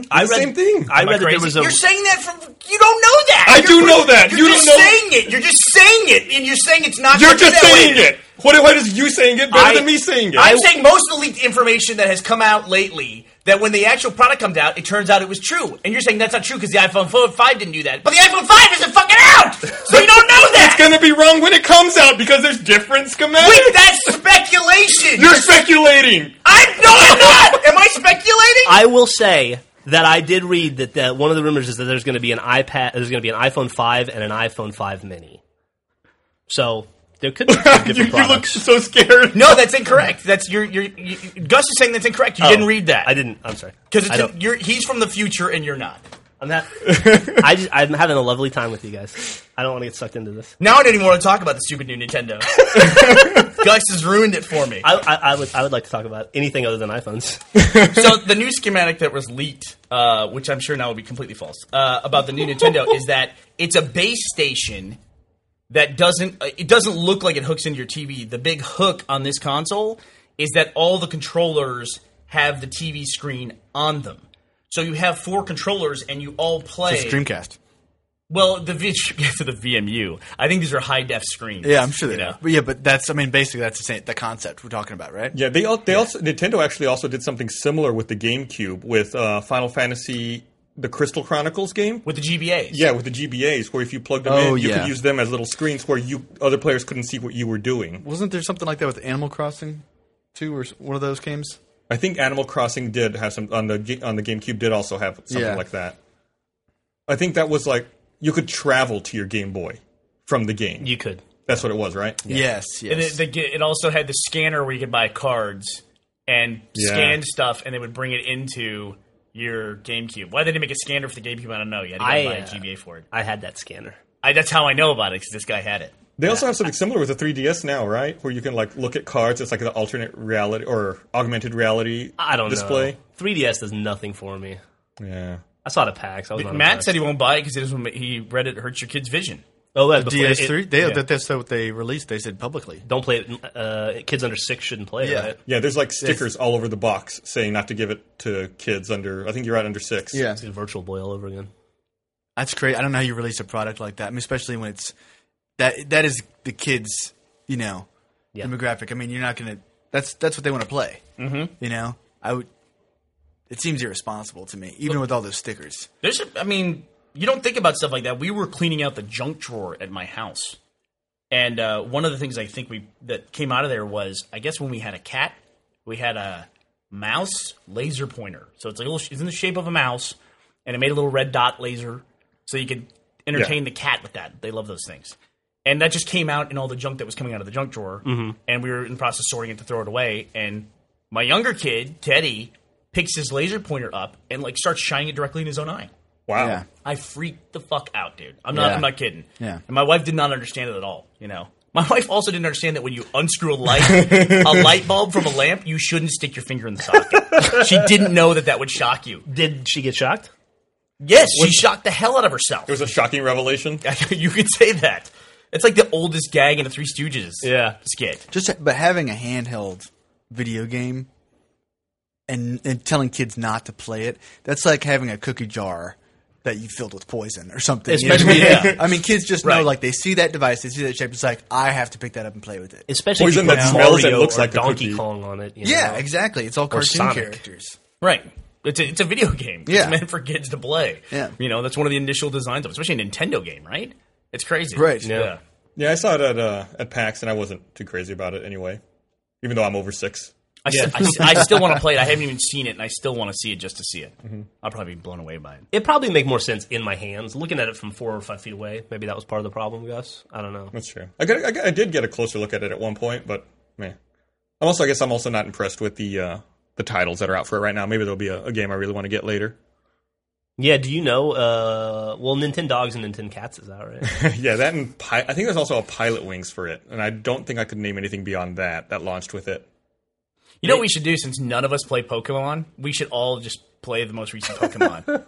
Verizon. I read, The same thing. I Am read I that there crazy? was a. You're saying that from you don't know that. I You're do put- know that. You're You just don't know- saying it. You're just saying it, and you're saying it's not. You're gonna be just that way. saying it. What, why does you saying it better than me saying it? I'm saying most of the leaked information that has come out lately. That when the actual product comes out, it turns out it was true, and you're saying that's not true because the iPhone 5 didn't do that. But the iPhone 5 isn't fucking out. out, so you don't know that. It's gonna be wrong when it comes out because there's different schematics. Wait, that's speculation. You're speculating. I'm no, I'm not. [laughs] Am I speculating? I will say that I did read that, that one of the rumors is that there's going to be an iPad, there's going to be an iPhone 5 and an iPhone 5 mini. So there could be [laughs] some different You, you look products. so scared. no, that's incorrect. That's your your you, Gus is saying that's incorrect. You didn't read that Oh, I didn't. I'm sorry. because I don't- you're he's from the future and you're not. I'm not. [laughs] I just, I'm having a lovely time with you guys. I don't want to get sucked into this. Now I don't even want to talk about the stupid [laughs] new Nintendo. Gus has ruined it for me. I, I, I would I would like to talk about anything other than iPhones. so the new schematic that was leaked, uh, which I'm sure now will be completely false, uh, about the new [laughs] Nintendo is that it's a base station that doesn't uh, it doesn't look like it hooks into your TV. The big hook on this console is that all the controllers have the TV screen on them. So you have four controllers and you all play. It's Dreamcast. Well, the v- [laughs] get to the VMU. I think these are high def screens. Yeah, I'm sure they you know. know. But yeah, but that's I mean basically that's the same the concept we're talking about, right? Yeah, they al- they also Nintendo actually also did something similar with the GameCube with uh, Final Fantasy the Crystal Chronicles game. with the GBAs. Yeah, with the GBAs, where if you plugged them Oh, in, you yeah. could use them as little screens where you other players couldn't see what you were doing. Wasn't there something like that with Animal Crossing, too, or s- one of those games? I think Animal Crossing did have some on the Ga- on the GameCube did also have something Yeah. like that. I think that was like you could travel to your Game Boy from the game. You could. That's what it was, right? Yes, And it, they get- it also had the scanner where you could buy cards and Yeah. scan stuff, and they would bring it into your GameCube. Why they didn't make a scanner for the GameCube, I don't know. You had to go I, buy a uh, GBA for it. I had that scanner. I, that's how I know about it because this guy had it. They also have something similar with the 3DS now, right? Where you can like look at cards. It's like the alternate reality or augmented reality I don't display. know. 3DS does nothing for me. Yeah. I saw it at PAX. I was not Matt impressed. said he won't buy it because it is when he read it hurts your kid's vision. "Oh, that was before- DS3. it- they, yeah. that, that's what they released. They said publicly. don't play it. Uh, kids under six shouldn't play it." Yeah. Right? Yeah, there's like stickers all over the box saying not to give it to kids under. I think you're out under six. It's like Virtual Boy all over again. that's crazy. I don't know how you release a product like that, I mean, especially when it's that that is the kids, you know, Yeah. demographic. I mean, you're not gonna. That's that's what they want to play. Mm-hmm. You know, I would. It seems irresponsible to me, even with all those stickers. There's, a, I mean, you don't think about stuff like that. We were cleaning out the junk drawer at my house, and uh, one of the things I think we that came out of there was, I guess, when we had a cat, we had a mouse laser pointer. So it's like a little, it's in the shape of a mouse, and it made a little red dot laser, so you could entertain the cat with that. They love those things. And that just came out in all the junk that was coming out of the junk drawer, and we were in the process of sorting it to throw it away. And my younger kid, Teddy, picks his laser pointer up and like starts shining it directly in his own eye. Wow. Yeah. I freaked the fuck out, dude. I'm not. Yeah. I'm not kidding. Yeah. And my wife did not understand it at all. You know. My [laughs] wife also didn't understand that when you unscrew a light, a light bulb from a lamp, you shouldn't stick your finger in the socket. she didn't know that that would shock you. Did she get shocked? Yes, she shocked the hell out of herself. [laughs] It was a shocking revelation. you could say that. It's like the oldest gag in the Three Stooges. Yeah. skit. Just but having a handheld video game and and telling kids not to play it, that's like having a cookie jar that you filled with poison or something. you know what I mean? Especially- yeah. [laughs] I mean, kids just know Right. like they see that device, they see that shape, it's like I have to pick that up and play with it. Especially Poison if you put that Mario smells and looks or like a Donkey cookie. Kong on it. you yeah, know? exactly. It's all cartoon Sonic. characters. Right. It's a, it's a video game. Yeah. It's meant for kids to play. Yeah. You know, that's one of the initial designs of it, especially a Nintendo game, right? It's crazy. Right. Yeah. yeah. Yeah, I saw it at uh, at PAX, and I wasn't too crazy about it anyway. Even though I'm over six. I, s- I s- I still want to play it. I haven't even seen it, and I still want to see it just to see it. Mm-hmm. I'll probably be blown away by it. It probably make more sense in my hands. Looking at it from four or five feet away, maybe that was part of the problem, Gus. I don't know. That's true. I, got, I, got- I did get a closer look at it at one point, but man, I'm also I guess I'm also not impressed with the uh, the titles that are out for it right now. Maybe there'll be a, a game I really want to get later. Yeah, do you know? Uh, well, Nintendo Dogs and Nintendo Cats is out, right? yeah, that and pi- I think there's also a Pilot Wings for it, and I don't think I could name anything beyond that that launched with it. You know what we should do since none of us play Pokemon? We should all just play the most recent [laughs] Pokemon.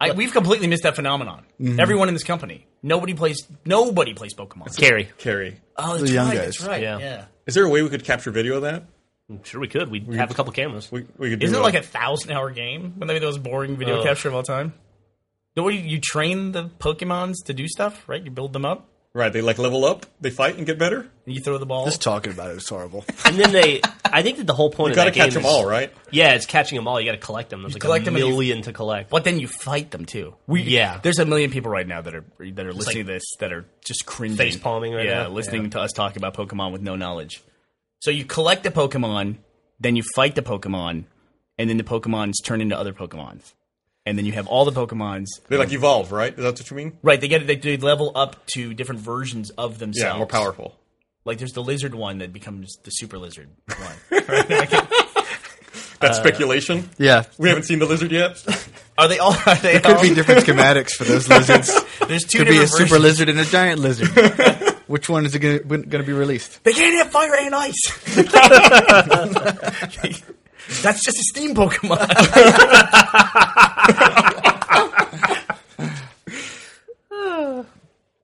I, we've completely missed that phenomenon. Mm-hmm. Everyone in this company, nobody plays. Nobody plays Pokemon. Carrie. Carrie, Oh, that's The young right. guys. That's right. Yeah. Yeah. is there a way we could capture video of that? I'm sure we could. We'd have a couple cameras. We, we could. Isn't do it like a thousand-hour game? Wouldn't that be the most boring video Ugh. capture of all time? The way you, you train the Pokemons to do stuff, right? You build them up. Right, they like level up, they fight and get better. And you throw the ball. Just talking about it is horrible. And then they, I think that the whole point You of got to that game catch them is- all, right? Yeah, it's catching them all. You got to collect them. There's like collect a them and you- million to collect. But then you fight them too. We, Yeah. there's a million people right now that are that are listening like to this that are just cringing, Face palming right yeah, now. listening to us talk about Pokemon with no knowledge. So you collect the Pokemon, then you fight the Pokemon, and then the Pokemons turn into other Pokemons, and then you have all the Pokemons. They like evolve, right? Is that what you mean? Right, they get they, they level up to different versions of Yeah, themselves. more powerful. Like there's the lizard one that becomes the super lizard one. Uh, That's speculation. [laughs] yeah. We haven't seen the lizard yet. [laughs] are they all? Are they Could all- be [laughs] different schematics for those [laughs] lizards. [laughs] there's two Could be a different super versions. lizard and a giant [laughs] lizard. Which one is it going to be released? They can't have fire and ice. [laughs] That's just a steam Pokemon. No,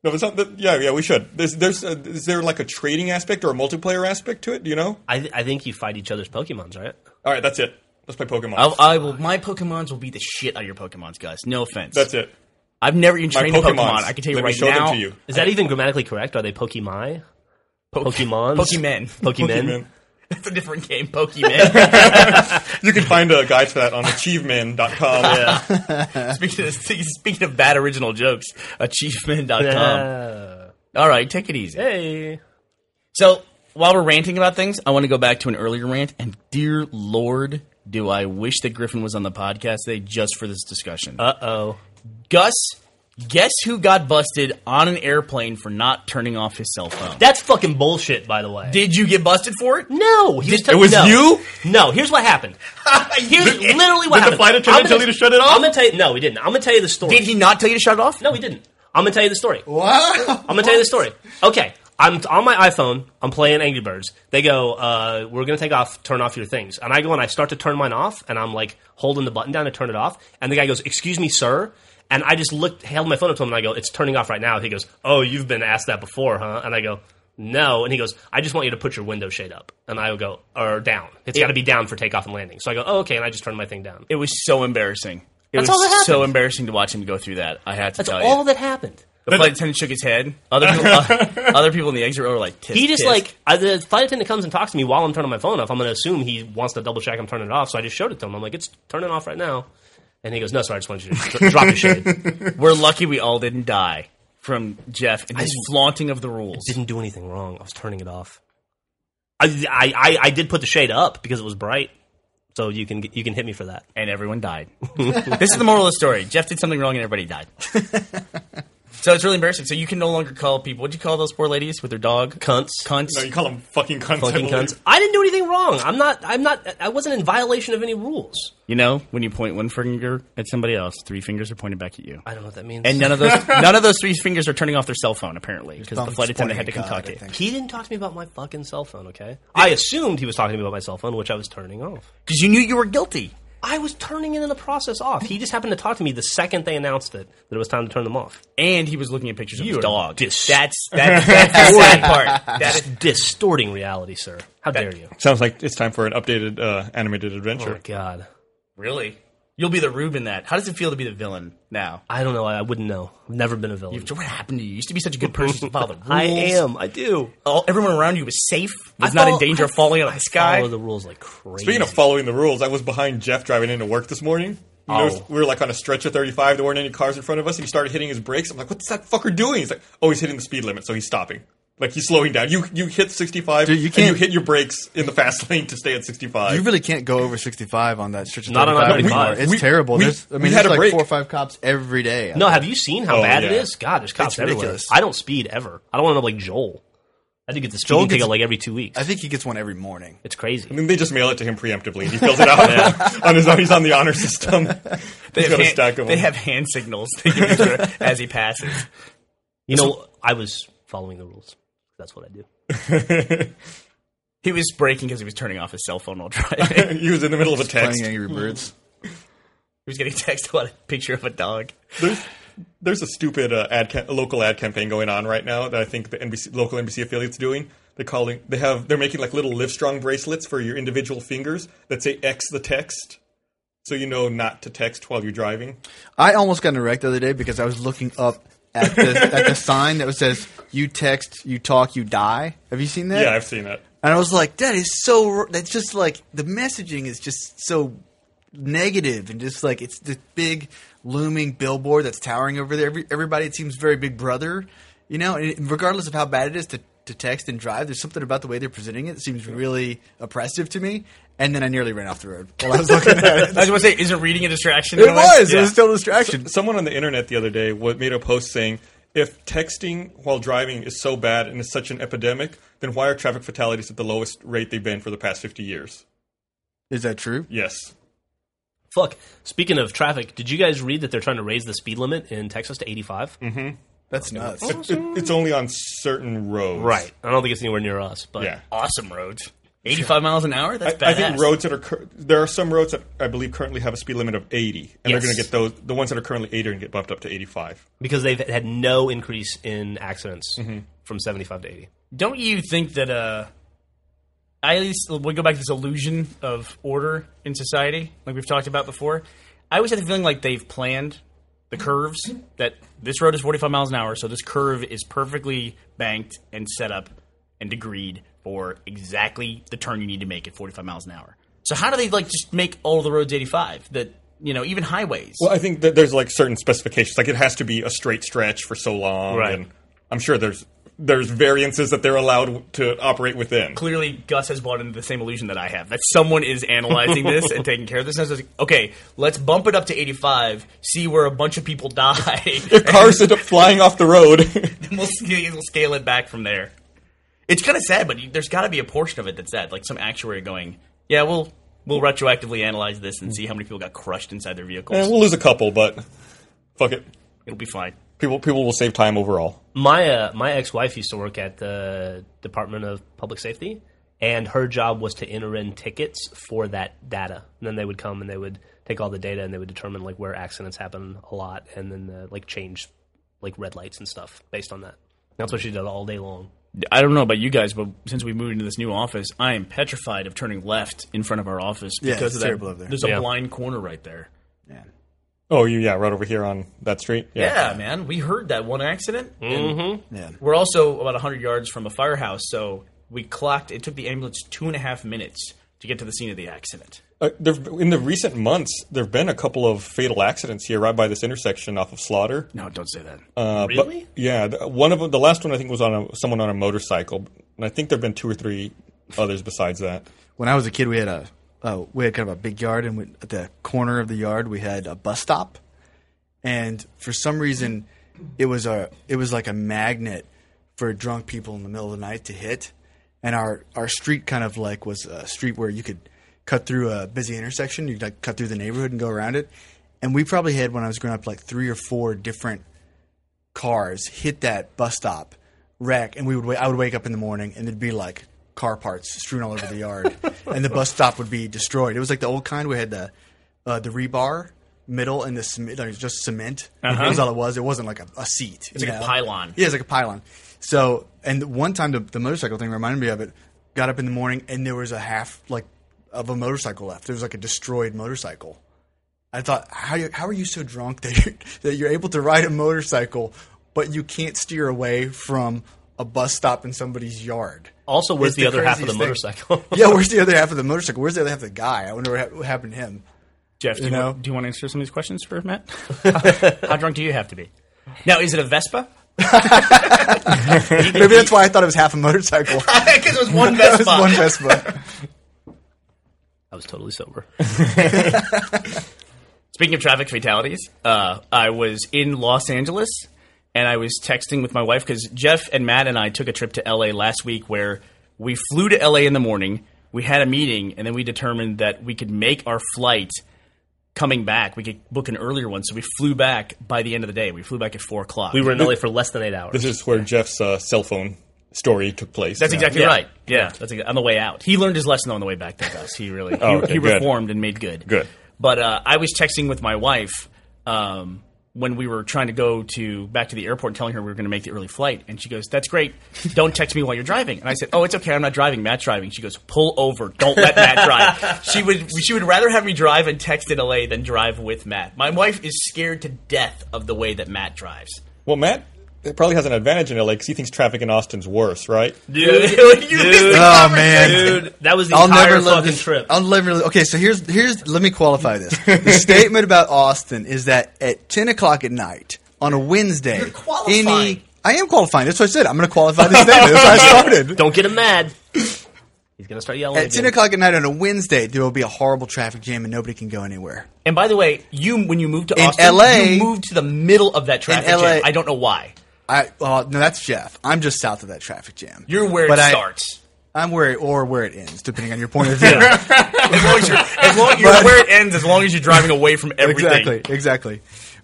but some, that- yeah, yeah, we should. There's, there's, uh, is there like a trading aspect or a multiplayer aspect to it? Do you know? I, th- I think you fight each other's Pokemons, right? All right, that's it. Let's play Pokemon. I'll, I will. My Pokemons will beat the shit out of your Pokemons, guys. No offense. that's it. I've never even My trained a Pokemon. Pokemon. I can tell you Let right me show now. them to you. Is that even grammatically correct? Are they Pokemai? Po- Pokemons? Pokemon. [laughs] Pokemon? Pokemon. That's a different [laughs] game. Pokemon. You can find a guide for that on achievement.com. [laughs] speaking, of, [laughs] speaking of bad original jokes, achievement.com. Uh, All right, take it easy. hey. So while we're ranting about things, I want to go back to an earlier rant. And dear Lord, do I wish that Griffin was on the podcast today just for this discussion. Uh oh. Gus, guess who got busted on an airplane for not turning off his cell phone? That's fucking bullshit, by the way. Did you get busted for it? no, he was Did- tell- it was no. you? No, here's what [laughs] happened. Here's literally what did the happened. flight attendant I'm gonna- tell you to shut it off? I'm gonna tell you. No, he didn't. I'm gonna tell you the story. Did he not tell you to shut it off? No, he didn't. I'm gonna tell you the story. Wow. I'm gonna tell you the story. Okay, I'm on my iPhone. I'm playing Angry Birds. They go, uh, "We're gonna take off. Turn off your things." And I go and I start to turn mine off, and I'm like holding the button down to turn it off. And the guy goes, "Excuse me, sir." And I just looked, held my phone up to him, and I go, "It's turning off right now." He goes, "Oh, you've been asked that before, huh?" And I go, "No." And he goes, "I just want you to put your window shade up." And I go, "Or down. It's got to be down for takeoff and landing." So I go, "Oh, okay." And I just turned my thing down. It was so embarrassing. It That's was all that happened. so embarrassing to watch him go through that. I had to That's tell all you. that happened. The flight attendant shook [laughs] his head. Other people, uh, other people in the exit row were like, "Tisk, He just tisk." like I, the flight attendant comes and talks to me while I'm turning my phone off. I'm going to assume he wants to double check I'm turning it off, so I just showed it to him. I'm like, it's turning off right now, and he goes, no, sorry, I just wanted you to dr- drop your shade. we're lucky we all didn't die from Jeff and his flaunting of the rules. Didn't do anything wrong. I was turning it off. I, I, I, I did put the shade up because it was bright, so you can get- you can hit me for that. and [laughs] everyone died. this is the moral of the story. Jeff did something wrong and everybody died. so it's really embarrassing. So you can no longer call people. What do you call those poor ladies with their dog? Cunts, Cunts. No, you call them fucking cunts. I fucking believe. cunts. I didn't do anything wrong. I'm not. I'm not. I wasn't in violation of any rules. You know, when you point one finger at somebody else, three fingers are pointed back at you. I don't know what that means. And none of those none of those three fingers are turning off their cell phone apparently because the thumb's flight attendant had to pointing come talk at God, to I you. think. he didn't talk to me about my fucking cell phone. Okay, I assumed he was talking to me about my cell phone, which I was turning off. Because you knew you were guilty. I was turning it in the process off. He just happened to talk to me the second they announced it that it was time to turn them off. And he was looking at pictures You of are his dog. dis- that's [laughs] that's, that's the sad part. That is Distorting reality, sir. How dare you? Sounds like it's time for an updated uh, animated adventure. Oh my God, really. You'll be the Rube in that. How does it feel to be the villain now? I don't know. I, I wouldn't know. I've never been a villain. What happened to you? You used to be such a good person. You follow the [laughs] rules. I am. I do. all, everyone around you was safe, was I not in follow- danger of falling out of the sky. Follow the rules like crazy. Speaking of following the rules, I was behind Jeff driving into work this morning. You noticed Oh. we were like on a stretch of 35. There weren't any cars in front of us, and he started hitting his brakes. I'm like, "What's that fucker doing?" He's like, "Oh, he's hitting the speed limit, so he's stopping." Like he's slowing down. You you hit 65, Dude, you and can't- you hit your brakes in the fast [laughs] lane to stay at 65. You really can't go over 65 on that stretch of Not on 35 I-35. anymore. It's We- terrible. we- there's, I we mean, had there's a like break. four or five cops every day. no, have you seen how Oh, bad it yeah. is? God, there's cops It's everywhere. ridiculous. I don't speed ever. I don't want to know like Joel. I do get the Joel speeding gets- ticket like every two weeks. I think he gets one every morning. it's crazy. I mean, they just mail it to him preemptively. and He fills it out [laughs] on his own. He's on the honor system. they, He's have got a hand, stack of they them. have hand signals they [laughs] give [laughs] each other as he passes. you know, I was following the rules. That's what I do. He was braking because he was turning off his cell phone while [laughs] driving. he he was in the middle of a text. Playing Angry Birds. was getting text about a picture of a dog. There's there's a stupid uh, ad ca- local ad campaign going on right now that I think the NBC local NBC affiliates doing. They're calling. They have. They're making like little Livestrong bracelets for your individual fingers that say X the text, so you know not to text while you're driving. I almost got in a wreck the other day because I was looking up at the, [laughs] at the sign that says "You text, you talk, you die." Have you seen that? Yeah, I've seen that. And I was like, that is so. r- That's just like the messaging is just so negative and just like it's this big looming billboard that's towering over there. Every, everybody, it seems very Big Brother, you know. And it- regardless of how bad it is to, to text and drive, there's something about the way they're presenting it that seems really oppressive to me. And then I nearly ran off the road while I [laughs] was looking at it. I was going to say, isn't reading a distraction? in a It way? was. It Yeah. was still a distraction. Someone on the internet the other day wa- made a post saying, if texting while driving is so bad and is such an epidemic, then why are traffic fatalities at the lowest rate they've been for the past 50 years? Is that true? Yes. Fuck. Speaking of traffic, did you guys read that they're trying to raise the speed limit in Texas to 85? Mm-hmm. That's nuts. It- it's only on certain roads. Right. I don't think it's anywhere near us, but Yeah. Awesome roads. 85 miles an hour? That's badass. I think roads that are cur- there are some roads that I believe currently have a speed limit of 80, and they're Yes. going to get those the ones that are currently 80 are going to get bumped up to 85. because they've had no increase in accidents from 75 to 80. Don't you think that, uh, I at least we go back to this illusion of order in society, like we've talked about before. I always had the feeling like they've planned the curves that this road is 45 miles an hour, so this curve is perfectly banked and set up and degreed for exactly the turn you need to make at 45 miles an hour. So how do they like just make all the roads 85? That you know, even highways. Well, I think that there's like certain specifications, like it has to be a straight stretch for so long. Right. And I'm sure there's there's variances that they're allowed to operate within. clearly Gus has bought into the same illusion that I have that someone is [laughs] analyzing this and taking care of this. And I was like, okay, let's bump it up to 85, see where a bunch of people [laughs] die, If cars end up flying off the road, [laughs] and we'll, sc- we'll scale it back from there. It's kind of sad, but you- there's got to be a portion of it that's that, like some actuary going, yeah, we'll we'll retroactively analyze this and see how many people got crushed inside their Eh, vehicles. we'll lose a couple, but fuck it. It'll be fine. People people will save time overall. My uh, my ex-wife used to work at the Department of Public Safety and her job was to enter in tickets for that data. And then they would come and they would take all the data and they would determine like where accidents happen a lot and then uh, like change like red lights and stuff based on that. That's what she did all day long. I don't know about you guys, but since we moved into this new office, I am petrified of turning left in front of our office Yeah, because it's of that. terrible over there. There's Yeah. a blind corner right there. Man. Oh, you yeah, right over here on that street. Yeah, man. We heard that one accident. and Yeah. We're also about 100 yards from a firehouse, so we clocked. It took the ambulance two and a half minutes to get to the scene of the accident. Uh, there've, in the recent months, there have been a couple of fatal accidents here right by this intersection off of Slaughter. No, don't say that. Uh, Really? But, yeah, th- one of them, the last one I think was on a, someone on a motorcycle, and I think there've been two or three others besides that. when I was a kid, we had a uh, we had kind of a big yard, and we, at the corner of the yard, we had a bus stop, and for some reason, it was a it was like a magnet for drunk people in the middle of the night to hit, and our our street kind of like was a street where you could cut through a busy intersection, you could like cut through the neighborhood and go around it, and we probably had when I was growing up like three or four different cars hit that bus stop wreck and we would wa- I would wake up in the morning and there'd be like car parts strewn all over the yard and the bus stop would be destroyed. It was like the old kind we had the uh, the rebar middle and the cement like just cement. That was all it was. It wasn't like a, a seat. It's Uh-huh. like a pylon. Yeah, it's like a pylon. So and one time the, the motorcycle thing reminded me of it. Got up in the morning and there was a half like of a motorcycle left. There was like a destroyed motorcycle. I thought, how you, how are you so drunk that you're, that you're able to ride a motorcycle, but you can't steer away from a bus stop in somebody's yard? Also, where's It's the, other half of the craziest thing. motorcycle? [laughs] yeah, where's the other half of the motorcycle? Where's the other half of the guy? I wonder what, hap- what happened to him. [laughs] Jeff, do you, You know? want, do you want to answer some of these questions for Matt? How drunk do you have to be? Now, is it a Vespa? [laughs] Maybe [laughs] that's why I thought it was half a motorcycle. Because [laughs] it was one that was Vespa. one Vespa. I was totally sober. Speaking of traffic fatalities, uh, I was in Los Angeles and I was texting with my wife because Jeff and Matt and I took a trip to LA last week where we flew to LA in the morning. We had a meeting and then we determined that we could make our flight coming back. We could book an earlier one. So we flew back by the end of the day. We flew back at four o'clock. We were in [laughs] LA for less than eight hours. This is where Jeff's uh, cell phone story took place. That's exactly Yeah. right. Yeah, that's exa- on the way out. He learned his lesson on the way back. That does. He really Oh, he, okay, he good. reformed and made good. Good. But uh, I was texting with my wife um, when we were trying to go to back to the airport, and telling her we were going to make the early flight, and she goes, "That's great. Don't text me while you're driving." And I said, "Oh, it's okay. I'm not driving. Matt's driving." She goes, "Pull over. Don't let [laughs] Matt drive." she would she would rather have me drive and text in LA than drive with Matt. My wife is scared to death of the way that Matt drives. Well, Matt it probably has an advantage in LA because he thinks traffic in Austin's worse, right? dude. [laughs] You dude, [laughs] Oh man, dude, that was the I'll entire never let fucking this. trip. I'll never. let- Okay, so here's here's. Let me qualify this. The statement about Austin is that at ten o'clock at night on a Wednesday, You're qualifying. I am qualifying. That's what I said. I'm going to qualify the statement. That's how I started. Don't get him mad. He's gonna start yelling. At ten again. o'clock at night on a Wednesday, there will be a horrible traffic jam and nobody can go anywhere. And by the way, you when you moved to In Austin, LA you moved to the middle of that traffic LA jam. I don't know why. I well, no, that's Jeff. I'm just south of that traffic jam. You're where But it I- [laughs] starts. I'm where it, or where it ends, depending on your point of [laughs] view. As long as you're, as long, you're [laughs] where it ends, as long as you're driving away from everything. Exactly, exactly.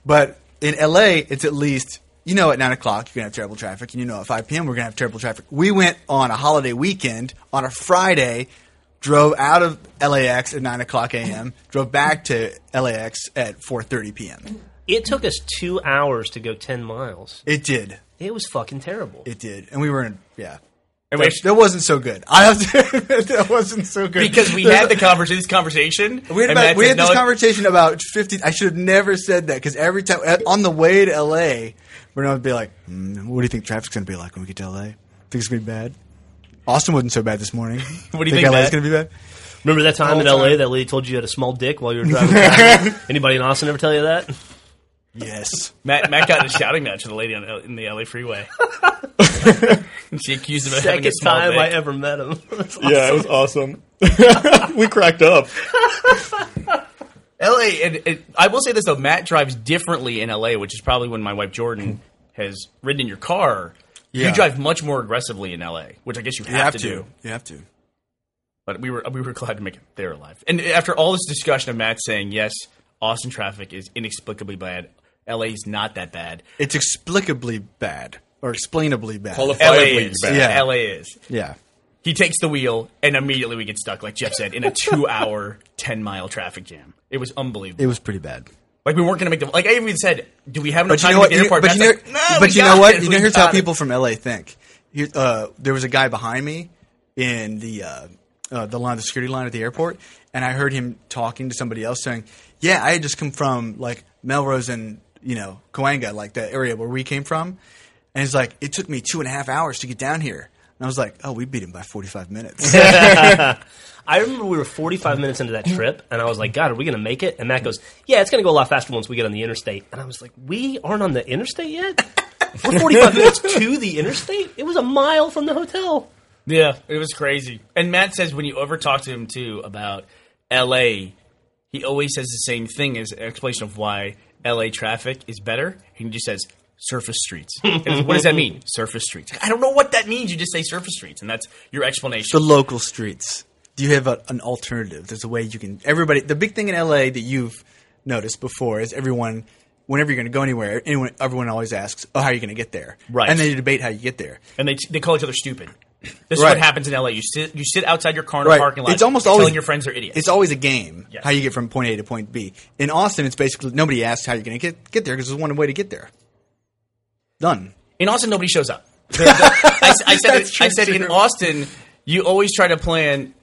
But in LA, it's at least you know at nine o'clock you're gonna have terrible traffic, and you know at five p.m. we're gonna have terrible traffic. We went on a holiday weekend on a Friday, drove out of LAX at nine o'clock a.m., drove back to LAX at four thirty p.m. It took us two hours to go ten miles. It did, It was fucking terrible. it did, and we were in yeah. And we That, actually- that wasn't so good. I have to [laughs] admit that wasn't so good because we There's had a- the conversation. This conversation. We and had, about, Matt we said, had "No, this it- conversation about 50. I should have never said that because every time on the way to LA, Bruno would be like, mm, What do you think traffic's going to be like when we get to LA? Think it's going to be bad? Austin wasn't so bad this morning. [laughs] What do you think, LA's Matt? going [laughs] to be bad? Remember that time All in LA time. that lady told you you had a small dick while you were driving? [laughs] around? Anybody in Austin ever tell you that? Yes. Matt, Matt [laughs] got in a shouting match with a lady on, L- in the LA freeway. and she accused him of having a Second small time dick. I ever met him. Yeah, it was [laughs] awesome. [laughs] we cracked up. LA, and, and I will say this though, Matt drives differently in LA, which is probably when my wife Jordan has ridden in your car. Yeah. You drive much more aggressively in LA, which I guess you have, You have to, to. do. You have to. But we were we were glad to make it there alive. And after all this discussion of Matt saying yes, Austin traffic is inexplicably bad. LA is not that bad. It's explicably bad or explainably bad. LA Qualifiably is. bad. Yeah. LA is. yeah. He takes the wheel, and immediately we get stuck, like Jeff said, in a [laughs] two-hour, ten-mile traffic jam. It was unbelievable. It was pretty bad. like we weren't going to make the. Like I even said, do we have enough But you time know to what? get to the You, airport? but you know, Matt's like, "Nah, but we you got know what? this, You we know, here's how got it." people from LA think. Here, uh, there was a guy behind me in the uh, uh, the line, the security line at the airport, and I heard him talking to somebody else saying, "Yeah, I had just come from like Melrose and you know Coanga, like the area where we came from," and he's like, "It took me two and a half hours to get down here." And I was like, "Oh, we beat him by forty [laughs] five minutes." [laughs] I remember we were 45 minutes into that trip, and I was like, God, are we going to make it? And Matt goes, Yeah, it's going to go a lot faster once we get on the interstate. And I was like, We aren't on the interstate yet? We're 45 [laughs] minutes to the interstate? It was a mile from the hotel. Yeah, it was crazy. And Matt says when you ever talk to him too about L.A., he always says the same thing as an explanation of why L.A. traffic is better. He just says surface streets. And it's, what does that [laughs] mean? Surface streets. I don't know what that means. You just say surface streets, and that's your explanation. the local streets. Do you have a, an alternative? There's a way you can. Everybody. The big thing in LA that you've noticed before is everyone. Whenever you're going to go anywhere, anyone, everyone always asks, "Oh, how are you going to get there?" Right. And then you debate how you get there. and they they call each other stupid. This is Right. what happens in L.A. You sit you sit outside your car in a parking lot. It's almost telling always your friends are idiots. It's always a game. Yes. How you get from point A to point B. In Austin, it's basically nobody asks how you're going to get get there because there's one way to get there. Done. In Austin, nobody shows up. The- the- I, s- I said, That's I true, said in too. Austin, you always try to plan.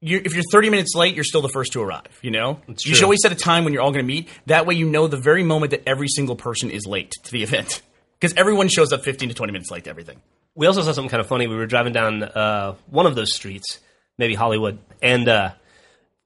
you if you're 30 minutes late, you're still the first to arrive. You know, you should true. always set a time when you're all going to meet. That way, you know the very moment that every single person is late to the event because everyone shows up 15 to 20 minutes late to everything. we also saw something kind of funny. We were driving down uh, one of those streets, maybe Hollywood, and uh,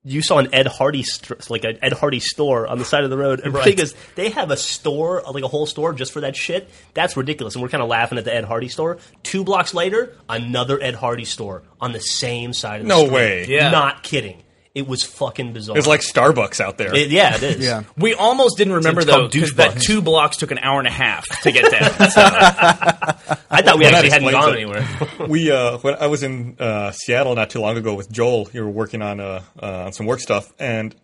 you saw an Ed Hardy str like an Ed Hardy store on the side of the road. And Right. because they have a store, like a whole store just for that shit. That's ridiculous. And we're kind of laughing at the Ed Hardy store. Two blocks later, another Ed Hardy store on the same side of the No street. way. Yeah. Not kidding. It was fucking bizarre. It's like Starbucks out there. It- yeah, it is. Yeah. We almost didn't remember It's called though because douchebugs. that two blocks took an hour and a half to get down. So, I thought we Well, that actually hadn't explains gone it. anywhere. we uh, when I was in uh, Seattle not too long ago with Joel, you were working on uh, uh, on some work stuff, and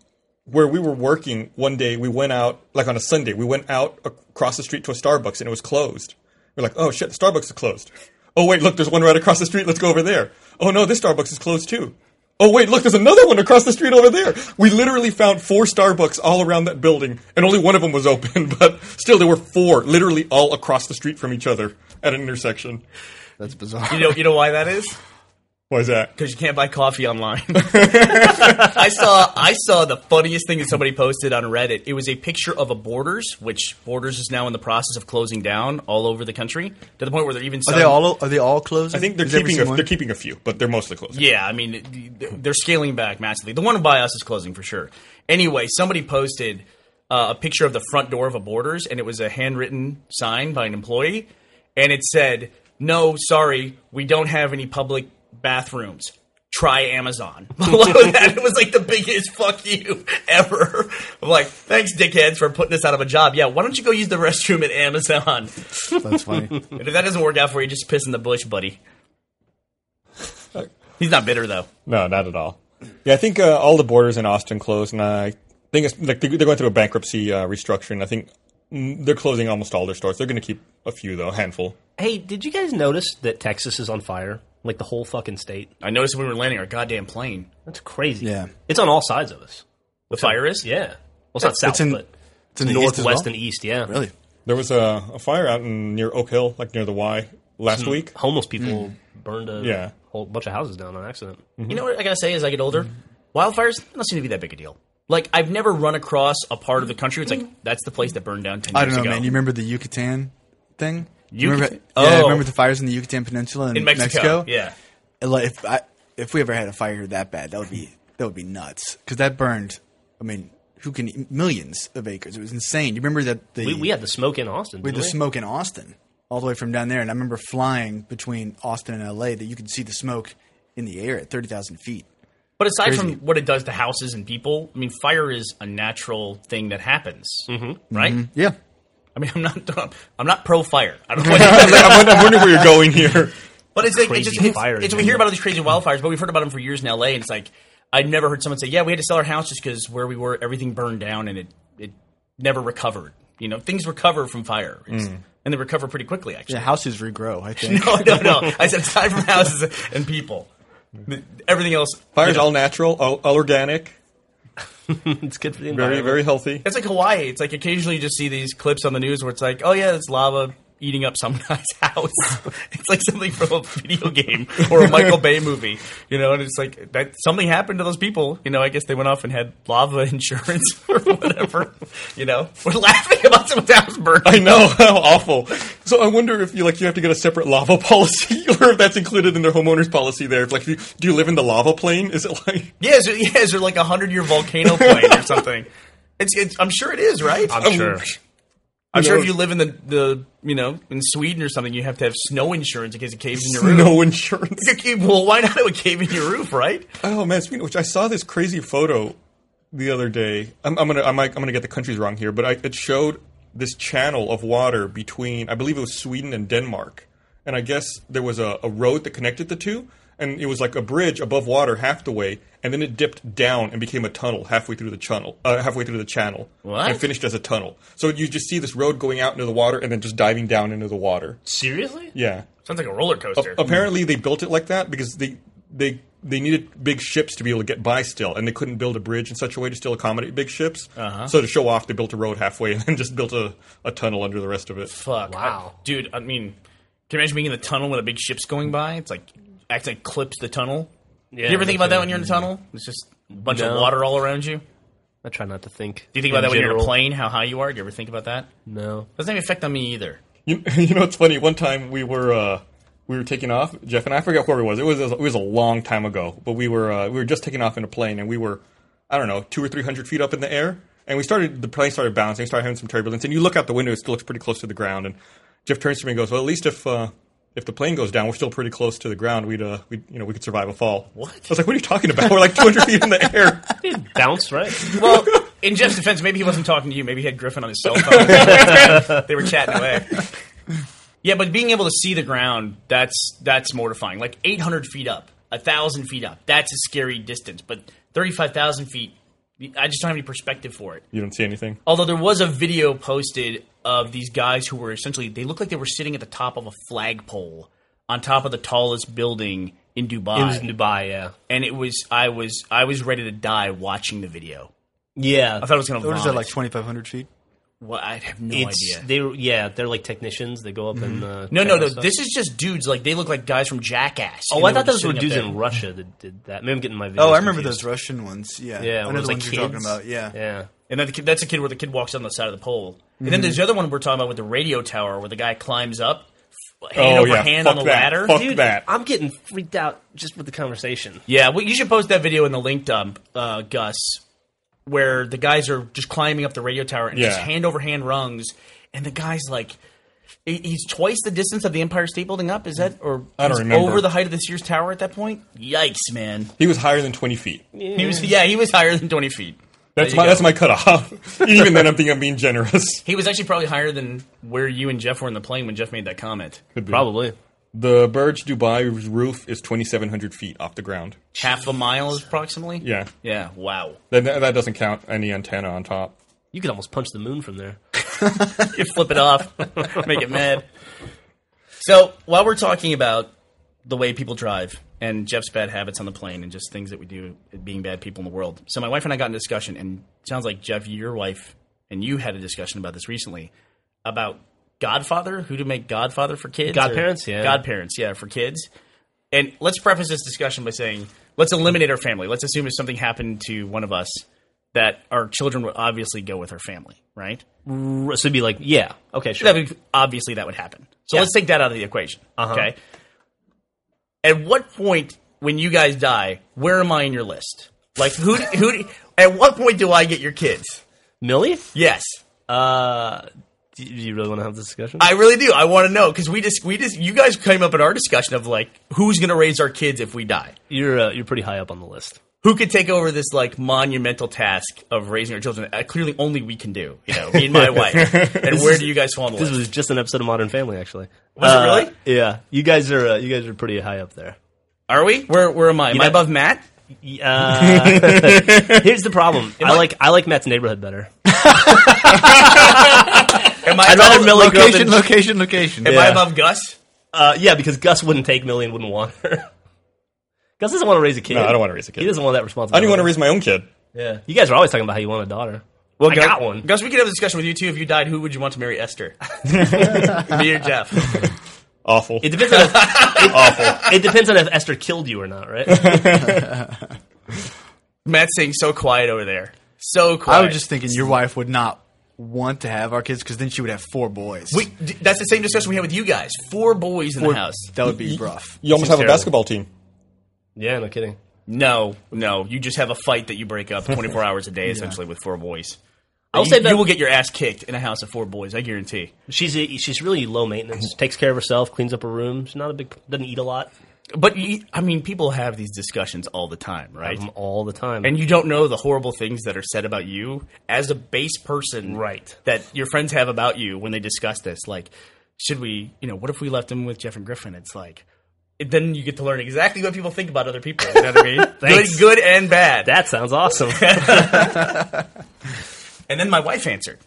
where we were working one day, we went out like on a Sunday, we went out across the street to a Starbucks and it was closed. We're like, oh shit, Starbucks is closed. Oh wait, look, there's one right across the street. Let's go over there. Oh no, this Starbucks is closed too. Oh wait, look, there's another one across the street over there. We literally found four Starbucks all around that building, and only one of them was open. [laughs] But still, there were four, literally all across the street from each other at an intersection. That's bizarre. you know, you know why that is? Why is that? because you can't buy coffee [laughs] online. I saw I saw the funniest thing that somebody posted on Reddit. It was a picture of a Borders, which Borders is now in the process of closing down all over the country to the point where they're even Are selling, they all? Are they all closed? I think they're keeping a, they're keeping a few, but they're mostly closing. Yeah, I mean it- they're scaling back massively. The one by us is closing for sure. Anyway, somebody posted uh, a picture of the front door of a Borders, and it was a handwritten sign by an employee, and it said, "No, sorry, we don't have any public bathrooms." Try Amazon. [laughs] Below that, it was like the biggest fuck you ever. I'm like, thanks, dickheads, for putting us out of a job. Yeah, why don't you go use the restroom at Amazon? That's [laughs] funny. And if that doesn't work out for you, just piss in the bush, buddy. He's not bitter though. No, not at all. Yeah, I think uh, all the borders in Austin closed, and I think it's, like they're going through a bankruptcy uh, restructuring. I think mm, they're closing almost all their stores. They're going to keep a few though, a handful. Hey, did you guys notice that Texas is on fire? Like the whole fucking state. I noticed when we were landing our goddamn plane. That's crazy. Yeah. It's on all sides of us. The fire is? Yeah. Well, it's not south, It's in, but it's in east, north as west, well. and east. Yeah. really? There was a, a fire out in near Oak Hill, like near the Y, last Hmm. week. [laughs] Homeless people Hmm. burned a Yeah. whole bunch of houses down on accident. You know what I gotta say as I get older? Wildfires don't seem to be that big a deal. Like I've never run across a part of the country. It's like that's the place that burned down ten I years don't know, ago. man. You remember the Yucatan thing? You remember, Yucatan- yeah, Oh. remember the fires in the Yucatan Peninsula in, in Mexico. Yeah. And, like, if I, if we ever had a fire here that bad, that would be that would be nuts because that burned. I mean, who can millions of acres? It was insane. You remember that the We, we had the smoke in Austin. we didn't had the smoke in Austin all the way from down there, and I remember flying between Austin and L.A. that you could see the smoke in the air at thirty thousand feet. But aside Crazy. from what it does to houses and people, I mean, fire is a natural thing that happens, mm-hmm. right? Yeah, I mean, I'm not, [laughs] I'm not pro fire. I don't know what- I'm, wondering- I'm wondering where you're going here. But it's like Crazy it's just it's, fires, it's- we man. hear about all these crazy wildfires, but we've heard about them for years in LA. And it's like I never heard someone say, "Yeah, we had to sell our house just because where we were, everything burned down and it it never recovered." You know, things recover from fire, It's- Mm. and they recover pretty quickly. Actually, the houses regrow. I think. [laughs] no, no, no. I said aside from houses and people, The- everything else. Fire's all natural, all, all organic, we? [laughs] It's good for the very environment. very healthy. It's like Hawaii. It's like occasionally you just see these clips on the news where it's like, "Oh yeah, it's lava." Eating up some [laughs] guy's house. it's like something from a video game or a Michael Bay movie, you know. And it's like that something happened to those people. You know, I guess they went off and had lava [laughs] insurance or whatever. you know, we're laughing about someone's house burning. I know [laughs] how awful. So I wonder if you like you have to get a separate lava [laughs] policy, or if that's included in their homeowners policy. There, like, do you, do you live in the lava plane? Is it like [laughs] Yeah, is it, yeah, is there like a hundred year volcano plane or something? It's, it's. I'm sure it is, right? I'm sure. I'm sure if knows? you live in the, the you know in Sweden or something, you have to have snow insurance in case it caves in your roof. no insurance? Well, why not [laughs] have a cave in your roof, right? Oh man, speaking of which, I saw this crazy photo the other day. I'm, I'm gonna I might, I'm gonna get the countries wrong here, but I, it showed this channel of water between I believe it was Sweden and Denmark, and I guess there was a, a road that connected the two, and it was like a bridge above water half the way, and then it dipped down and became a tunnel halfway through the channel, uh, halfway through the channel, What? and finished as a tunnel. So you just see this road going out into the water and then just diving down into the water. Seriously? Yeah. Sounds like a roller coaster. Apparently, they built it like that because they they they needed big ships to be able to get by still, and they couldn't build a bridge in such a way to still accommodate big ships. So to show off, they built a road halfway [laughs] and then just built a, a tunnel under the rest of it. Fuck. Wow. I- dude, I mean, can you imagine being in the tunnel when a big ship's going by? It's like, acts like clips the tunnel. Yeah, you ever think about that okay. when you're in the tunnel? It's just a bunch of No. water all around you. Do I try not to think. you think about that when you're in a plane, how high you are? Do you ever think about that? No. Doesn't have any effect on me either. You, [laughs] you know, it's funny. One time we were uh, we were taking off, Jeff and I forgot where it was. It was it was a long time ago, but we were uh, we were just taking off in a plane, and we were I don't know two or three hundred feet up in the air, and we started the plane started bouncing, started having some turbulence, and you look out the window, it still looks pretty close to the ground, and Jeff turns to me and goes, "Well, at least if." Uh, if the plane goes down, we're still pretty close to the ground. We'd, uh, we'd, you know, we could survive a fall. What? I was like, "What are you talking about? We're like 200 feet in the [laughs] air." It bounced, right? Well, in Jeff's defense, maybe he wasn't talking to you. Maybe he had Griffin on his cell phone. [laughs] they were chatting away. Yeah, but being able to see the ground, that's that's mortifying. Like 800 feet up, 1,000 feet up, that's a scary distance. But 35,000 feet, I just don't have any perspective for it. You don't see anything. Although there was a video posted of these guys who were essentially, they looked like they were sitting at the top of a flagpole on top of the tallest building in Dubai. It was in Dubai, yeah. and it was, I was, I was ready to die watching the video. Yeah. I thought it was going to uh, What is that like twenty five hundred feet? Well, I have no It's idea. they yeah they're like technicians. They go up and uh, Mm-hmm. no, check no, out no. stuff. This is just dudes. Like they look like guys from Jackass. Oh, and I they thought just those were sitting up dudes there. in Russia that did that. Maybe I'm getting my videos Oh, I remember confused. those Russian ones. Yeah, Yeah, I when it know was, the like, ones you're talking kids. about. Yeah, Yeah, And then the kid, that's the kid where the kid walks on the side of the pole. And then there's the other one we're talking about with the radio tower, where the guy climbs up, f- hand Oh, over yeah. hand Fuck on the that. ladder. Fuck dude, that. I'm getting freaked out just with the conversation. Yeah, well, you should post that video in the link dump, uh, Gus, where the guys are just climbing up the radio tower and just Yeah. hand over hand rungs, and the guy's like. he- He's twice the distance of the Empire State Building up. Is that or I don't he's remember. over the height of the Sears Tower at that point? Yikes, man! He was higher than 20 feet. He was yeah, he was higher than twenty feet. That's you my go. that's my cutoff. [laughs] Even then, I'm thinking I'm being generous. He was actually probably higher than where you and Jeff were in the plane when Jeff made that comment. Probably. The Burj Dubai roof is 2,700 feet off the ground. Half a mile, approximately. Yeah, Yeah. Wow. that, that that doesn't count any antenna on top. You could almost punch the moon from there. [laughs] you flip it off, make it mad. So while we're talking about the way people drive and Jeff's bad habits on the plane and just things that we do being bad people in the world, so my wife and I got in a discussion, and it sounds like Jeff, your wife, and you had a discussion about this recently about Godfather, who to make Godfather for kids, or- Godparents, yeah. Godparents, yeah, for kids. And let's preface this discussion by saying, let's eliminate our family. Let's assume if something happened to one of us, that our children would obviously go with our family, right? R- So it'd be like, yeah, okay, sure. that would, obviously that would happen. So Yeah. let's take that out of the equation. Okay. At what point when you guys die, where am I in your list? Like who? do- Who? do- At what point do I get your kids? Millie, Yes, uh, do you- do you really want to have this discussion? I really do. I want to know because we just we just you guys came up in our discussion of like who's going to raise our kids if we die. you're uh, you're pretty high up on the list. Who could take over this like monumental task of raising our children? Uh, clearly, only we can do. You know, me and my wife. And where do you guys fall in the This list? was just an episode of Modern Family, actually. Uh, Was it really? Yeah, you guys are uh, you guys are pretty high up there. Are we? Where Where am I? Am I know- above Matt? Y- Uh, [laughs] here's the [laughs] problem. I like I like Matt's neighborhood better. Am I? I'd rather Millie grow up location, in- location, location. Am I Yeah. above Gus? Uh, yeah, because Gus wouldn't take Millie and wouldn't want her. [laughs] Gus doesn't want to raise a kid. No, I don't want to raise a kid. He doesn't want that I don't responsibility. even want to raise my own kid. Yeah, you guys are always talking about how you want a daughter. Well, I Gus- got one. Gus, we could have a discussion with you too. If you died, who would you want to marry Esther? Me or Jeff? Awful. It depends on if, it, awful. It depends on if Esther killed you or not, right? [laughs] Matt's saying so quiet over there. So quiet. I was just thinking your wife would not want to have our kids because then she would have four boys. We, d- that's the same discussion we had with you guys. Four boys in Four- the house. That would be rough. you almost have terrible. a basketball team. Yeah, no kidding. No, no. You just have a fight that you break up 24 hours a day, essentially, with four boys. I'll you, say that- you will get your ass kicked in a house of four boys. I guarantee. She's a, she's really low maintenance. Takes care of herself. Cleans up her room. She's not a big. Doesn't eat a lot. But you, I mean, people have these discussions all the time, right? Them all the time. and you don't know the horrible things that are said about you as a base person Right. that your friends have about you when they discuss this like should we you know what if we left him with jeff and griffin it's like it- then you get to learn exactly what people think about other people you know what i mean [laughs] good, Thanks. good and bad that sounds [laughs] awesome. and then my [laughs] wife answered [laughs]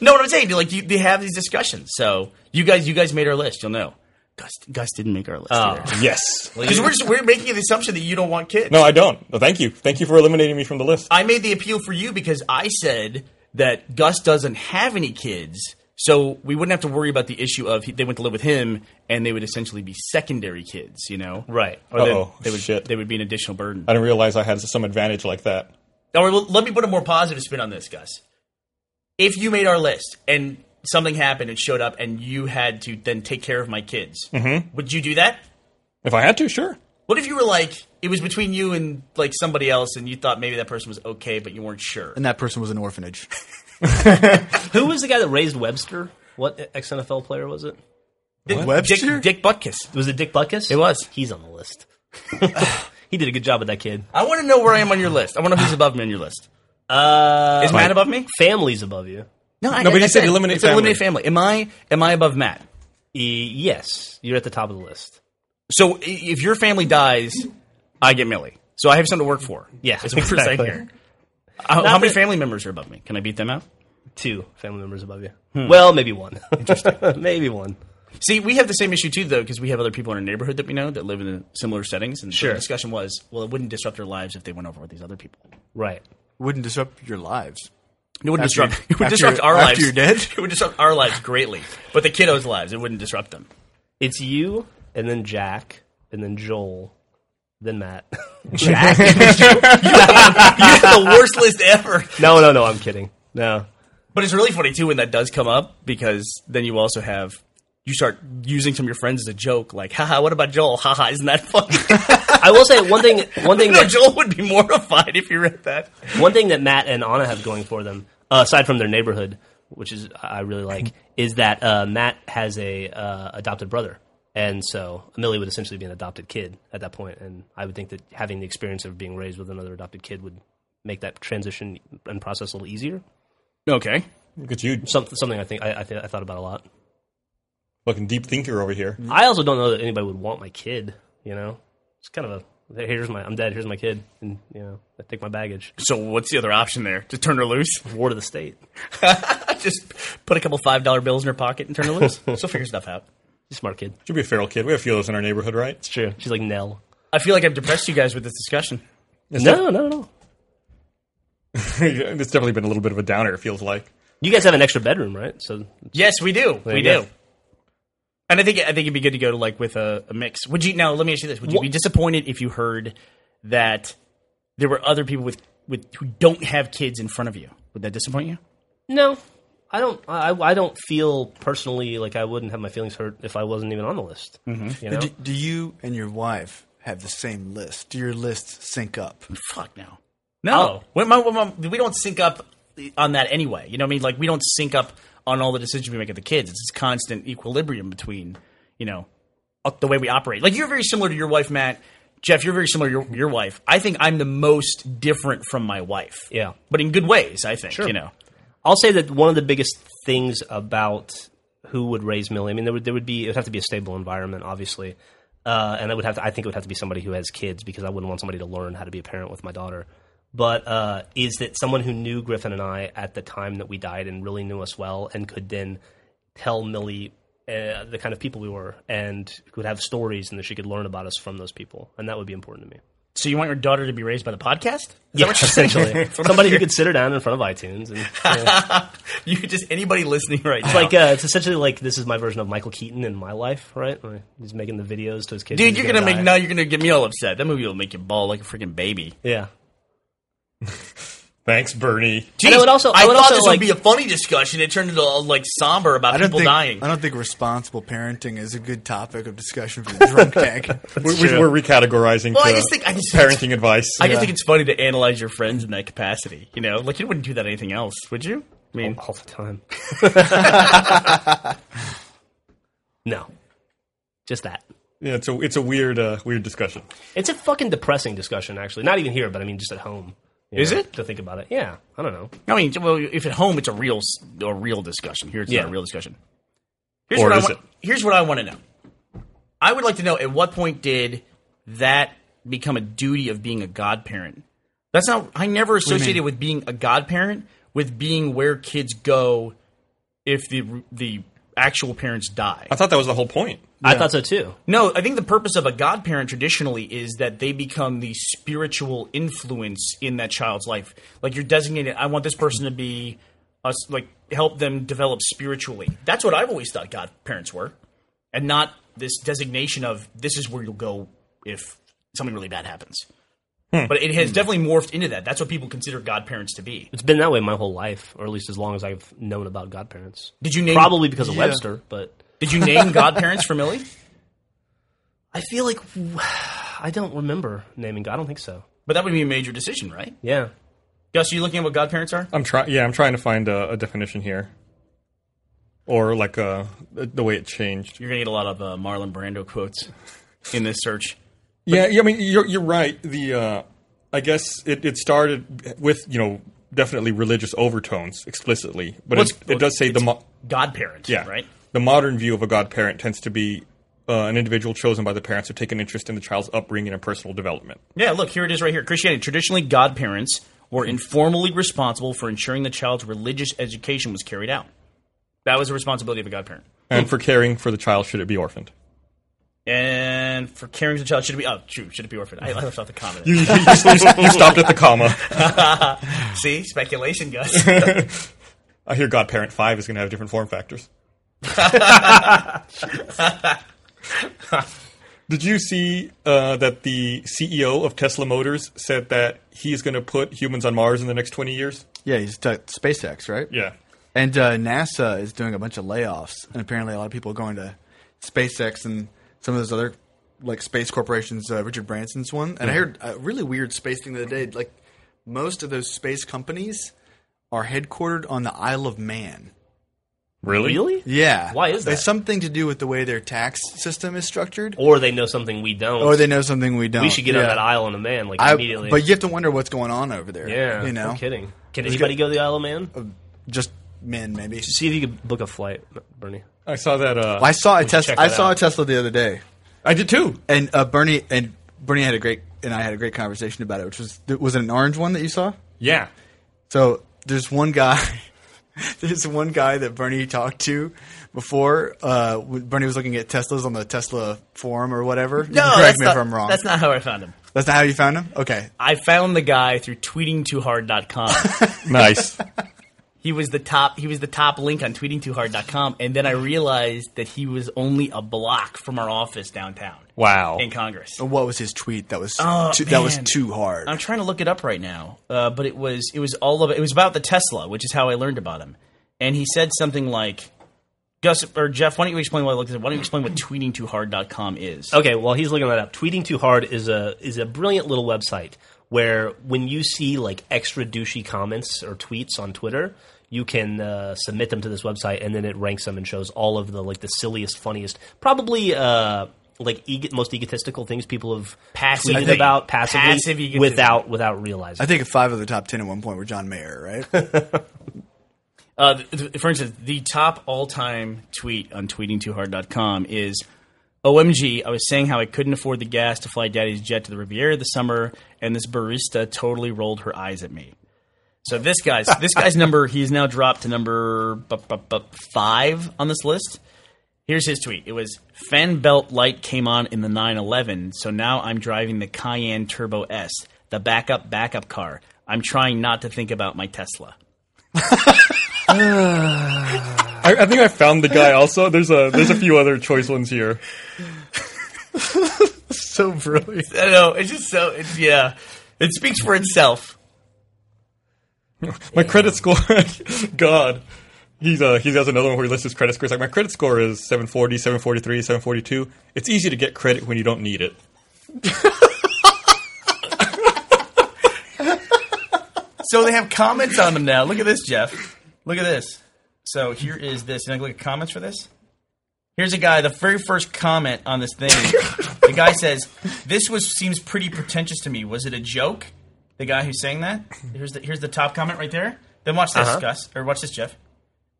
no what i'm saying like you, they have these discussions so you guys you guys made our list you'll know gus, gus didn't make our list Oh, because [laughs] Yes. we're just we're making the assumption that you don't want kids No, I don't. No, thank you. Thank you for eliminating me from the list. I made the appeal for you because I said that Gus doesn't have any kids, so we wouldn't have to worry about the issue of he, they went to live with him and they would essentially be secondary kids, you know? right. Or they, Uh-oh, they would shit. they would be an additional burden. I didn't realize I had some advantage like that. All right, well, let me put a more positive spin on this, Gus. If you made our list and something happened and showed up and you had to then take care of my kids, Mm-hmm. would you do that? If I had to, sure. What if you were like it was between you and like somebody else and you thought maybe that person was okay but you weren't sure? And that person was an orphanage. Who was the guy that raised Webster? What ex NFL player was it? Webster? Dick, Dick Butkus. Was it Dick Butkus? It was. He's on the list. [laughs] he did a good job with that kid. I want to know where I am on your list. I want to know who's above me on your list. Uh, Is Matt above me? family's above you. I, No, but I he said said eliminate it's Eliminate family. Am I? Am I above Matt? E- yes, you're at the top of the list. So i- if your family dies, I get Millie. So I have something to work for. Yeah, that's what we're saying exactly. here. Uh, How, how Not many that- family members are above me? Can I beat them out? Two family members above you. Well, maybe one. Hmm. Interesting. [laughs] maybe one. See, we have the same issue too, though, because we have other people in our neighborhood that we know that live in the similar settings. And so Sure. the discussion was, well, it wouldn't disrupt their lives if they went over with these other people. Right. Wouldn't disrupt your lives. It would After disrupt. [laughs] you- It would after disrupt you're- our after lives. you're dead? [laughs] It would disrupt our lives greatly, but the kiddos' lives. It wouldn't disrupt them. It's you, and then Jack, and then Joel, then Matt. [laughs] Jack? [laughs] You have the worst list ever. no, no, no. I'm kidding. No. But it's really funny too when that does come up because then you also have you start using some of your friends as a joke, like haha, what about Joel? Haha, isn't that [laughs] funny? I will say one thing. One [laughs] thing. no, that, Joel would be mortified if you read that. one thing that Matt and Anna have going for them, uh, aside from their neighborhood, which is I really like, is that uh, Matt has a uh, adopted brother, and so Millie would essentially be an adopted kid at that point, and I would think that having the experience of being raised with another adopted kid would make that transition and process a little easier. Okay. Look at you, Some, something I think I, I, th- I thought about a lot. fucking deep thinker over here. I also don't know that anybody would want my kid. You know, it's kind of a "Hey, here's my I'm dead. Here's my kid, and you know, I take my baggage. So what's the other option there? To turn her loose? War to the state. [laughs] Just put a couple five dollar bills in her pocket and turn her [laughs] loose. She'll figure stuff out. She's a smart kid. Should be a feral kid. We have a few of those in our neighborhood, right? [laughs] It's true. She's like Nell. I feel like I've depressed you guys with this discussion. No, no, no. it's definitely been a little bit of a downer. It feels like. You guys have an extra bedroom, right? So Yes, we do. we you go. do. And I think I think it'd be good to go to like with a, a mix. Would you now? Let me ask you this: Would you Wha- be disappointed if you heard that there were other people with with who don't have kids in front of you? Would that disappoint you? no, I don't. I, I don't feel personally like I wouldn't have my feelings hurt if I wasn't even on the list. You know, Do, do you and your wife have the same list? Do your lists sync up? Fuck no, no. When my- when my- we don't sync up on that anyway. You know what I mean? Like we don't sync up on all the decisions we make with the kids. It's this constant equilibrium between you know uh, the way we operate. Like you're very similar to your wife, Matt. Jeff, you're very similar to your, your wife. I think I'm the most different from my wife. Yeah. but in good ways. I think Sure. you know. I'll say that one of the biggest things about who would raise Millie. I mean, there would there would be it would have to be a stable environment, obviously, uh, and I would have to. I think it would have to be somebody who has kids because I wouldn't want somebody to learn how to be a parent with my daughter. But uh, is that someone who knew Griffin and I at the time that we died and really knew us well and could then tell Millie uh, the kind of people we were and could have stories and that she could learn about us from those people, and that would be important to me. So you want your daughter to be raised by the podcast? Is Yeah, that what you're [laughs] saying? [laughs] essentially, somebody who could sit her down in front of iTunes and. You could just anybody listening right now. It's like uh, it's essentially like this is my version of Michael Keaton in my life, right? Where He's making the videos to his kids. He's dude, you're gonna, make die. now you're gonna get me all upset. That movie will make you bawl like a freaking baby. Yeah, Thanks, Bernie. And I would also- I would thought also, this like- would be a funny discussion. It turned into uh, like somber about I don't people think dying. I don't think responsible parenting is a good topic of discussion for the [laughs] drunk tank. We, we, we're recategorizing. Well, I to [laughs] just think- I just- parenting advice. I just think uh, it's funny to analyze your friends in that capacity. You know, like you wouldn't do that anything else, would you? I mean, all the [laughs] time. no, just that. yeah, it's a it's a weird uh, weird discussion. It's a fucking depressing discussion, actually. Not even here, but I mean, just at home. you Is know, it? to think about it? Yeah, I don't know. I mean, well, if at home it's a real s- a real discussion. Here it's Yeah. not a real discussion. Here's Or what is I want, Here's what I want to know. I would like to know at what point did that become a duty of being a godparent? That's not. I never associated with being a godparent with being where kids go if the the actual parents die. I thought that was the whole point. I thought so too. No, I think the purpose of a godparent traditionally is that they become the spiritual influence in that child's life. Like you're designated, I want this person to be us, like help them develop spiritually. That's what I've always thought godparents were, and not this designation of this is where you'll go if something really bad happens. Hmm. But it has definitely morphed into that. That's what people consider godparents to be. It's been that way my whole life, or at least as long as I've known about godparents. Did you name Probably because of Webster, but Did [laughs] you name godparents for Millie? I feel like I don't remember naming. God. I don't think so. But that would be a major decision, right? Yeah, Gus, are you looking at what godparents are? I'm trying. Yeah, I'm trying to find a, a definition here, or like uh, the way it changed. You're gonna get a lot of uh, Marlon Brando quotes in this search. Yeah, yeah, I mean, you're you're right. The uh, I guess it, it started with you know definitely religious overtones explicitly, but Well, it, it's- it does say the it's mo- Godparent, yeah right? the modern view of a godparent tends to be uh, an individual chosen by the parents who take an interest in the child's upbringing and personal development. Yeah, look here it is right here. Christianity traditionally godparents were informally responsible for ensuring the child's religious education was carried out. Hmm. That was the responsibility of a godparent. And for caring for the child, should it be orphaned? And and for caring for a child should it be? Oh, shoot, should it be orphan? I left off the [laughs] comment. you, you stopped at the comma. See, speculation, [laughs] Gus. I hear Godparent 5 is going to have different form factors. [laughs] Did you see uh, that the CEO of Tesla Motors said that he's going to put humans on Mars in the next 20 years? Yeah, he's t- SpaceX, right? Yeah. And uh, NASA is doing a bunch of layoffs, and apparently a lot of people are going to SpaceX and some of those other like space corporations. Uh, Richard Branson's one, and I heard a really weird space thing the other day. Like most of those space companies are headquartered on the Isle of Man. Really? Really? Yeah, Why is that? It's something to do with the way their tax system is structured, Or they know something we don't. or they know something we don't. we should get on Oh, Yeah. that aisle on a man like I- immediately. But you have to wonder what's going on over there. yeah, you know, Uh, no kidding. Can anybody go to the Isle of Man? just men maybe. See if you could book a flight, Bernie. I saw that. Uh, I saw a should Tesla. check I that saw out. a Tesla the other day. I did too. and uh, Bernie and Bernie had a great and I had a great conversation about it, which was was it an orange one that you saw? Yeah. So there's one guy, [laughs] there's one guy that Bernie talked to before. Uh, when Bernie was looking at Teslas on the Tesla forum or whatever. You can correct that's me not, if I'm wrong. That's not how I found him. That's not how you found him. Okay, I found the guy through [laughs] tweetingtoohard.com. Nice. he was the top he was the top link on tweetingtoohard.com and then I realized that he was only a block from our office downtown [laughs] wow. in Congress. what was his tweet? That was Oh, Oh, too, that was man. too hard. I'm trying to look it up right now, uh, but it was it was all of it was about the Tesla, which is how I learned about him. And he said something like, "Gus or Jeff, why don't you explain what I looked at? Why don't you explain what tweetingtoohard.com is?" Okay, well, he's looking that up. Tweeting Too Hard is a is a brilliant little website where when you see like extra douchey comments or tweets on Twitter, you can uh, submit them to this website, and then it ranks them and shows all of the like the silliest, funniest, probably uh, like eg- most egotistical things people have Passive- tweeted about passively Passive egotism. without without realizing. I think five of the top ten at one point were John Mayer, right? Uh, th- th- for instance, the top all-time tweet on tweetingtoohard.com is OMG, I was saying how I couldn't afford the gas to fly daddy's jet to the Riviera this summer and this barista totally rolled her eyes at me. So this guy's this guy's number he's now dropped to number bu- bu- bu- 5 on this list. Here's his tweet. It was fan belt light came on in the 911, so now I'm driving the Cayenne Turbo S, the backup backup car. I'm trying not to think about my Tesla. I, I think I found the guy also. There's a there's a few other choice ones here. so brilliant. I don't know. It's just so. It's yeah. It speaks for itself. My credit score, [laughs] God. He's uh, he has another one where he lists his credit scores. Like my credit score is 740, 743, 742. It's easy to get credit when you don't need it. So they have comments on them now. Look at this, Jeff. Look at this. So here is this. You want to look at comments for this? Here's a guy. The very first comment on this thing. the guy says, "This was seems pretty pretentious to me. Was it a joke?" The guy who's saying that. Here's the here's the top comment right there. Then watch this, Gus, or watch this, Jeff.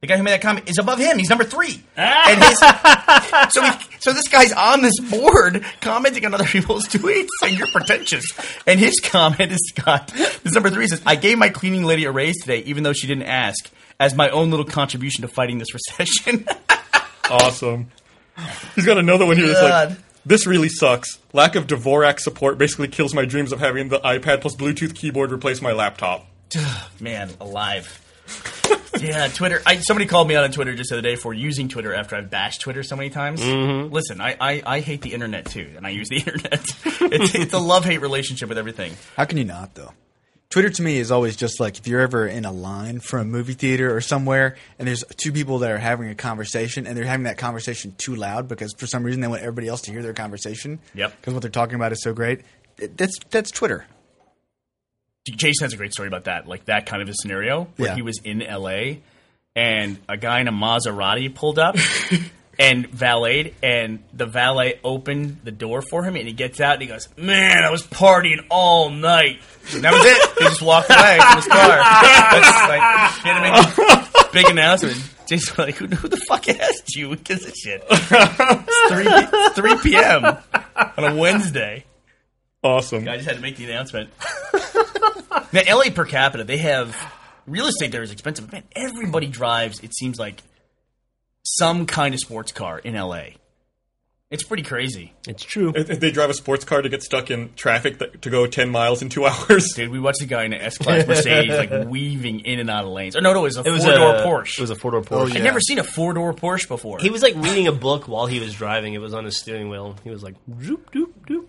The guy who made that comment is above him. He's number three. And his, so, he, so this guy's on this board commenting on other people's [laughs] tweets, saying you're pretentious. And his comment is Scott. This number three says, "I gave my cleaning lady a raise today, even though she didn't ask, as my own little contribution to fighting this recession." [laughs] Awesome. He's got another one here that's like, God. this really sucks. Lack of Dvorak support basically kills my dreams of having the iPad plus Bluetooth keyboard replace my laptop. Man, alive. yeah, Twitter. I, somebody called me out on Twitter just the other day for using Twitter after I've bashed Twitter so many times. Listen, I, I, I hate the internet too, and I use the [laughs] internet. it's, it's a love hate relationship with everything. How can you not though? Twitter to me is always just like if you're ever in a line for a movie theater or somewhere, and there's two people that are having a conversation, and they're having that conversation too loud because for some reason they want everybody else to hear their conversation. Yep. Because what they're talking about is so great. Th- That's that's Twitter. Jason has a great story about that, like that kind of a scenario where Yeah. he was in LA and a guy in a Maserati pulled up and valeted, and the valet opened the door for him, and he gets out and he goes, "Man, I was partying all night." And that was it. He just walked away from his car. That's just like, he had to make a big announcement. Jason was like, who, "Who the fuck asked you? [laughs] Who gives a shit?" It's three, it's three p.m. on a Wednesday. Awesome. I just had to make [laughs] the announcement. now, LA per capita, they have real estate there is expensive. Man, everybody drives. It seems like some kind of sports car in LA. It's pretty crazy. It's true. If- if They drive a sports car to get stuck in traffic that, to go 10 miles in two [laughs] hours. Dude, we watched a guy in an S-Class [laughs] Mercedes like weaving in and out of lanes. Or no, no, it was a It was four-door a Porsche. It was a four door Porsche. yeah. I'd never seen a four-door Porsche before. He was like reading a book while he was driving. It was on his steering wheel. He was like, doop, doop, doop.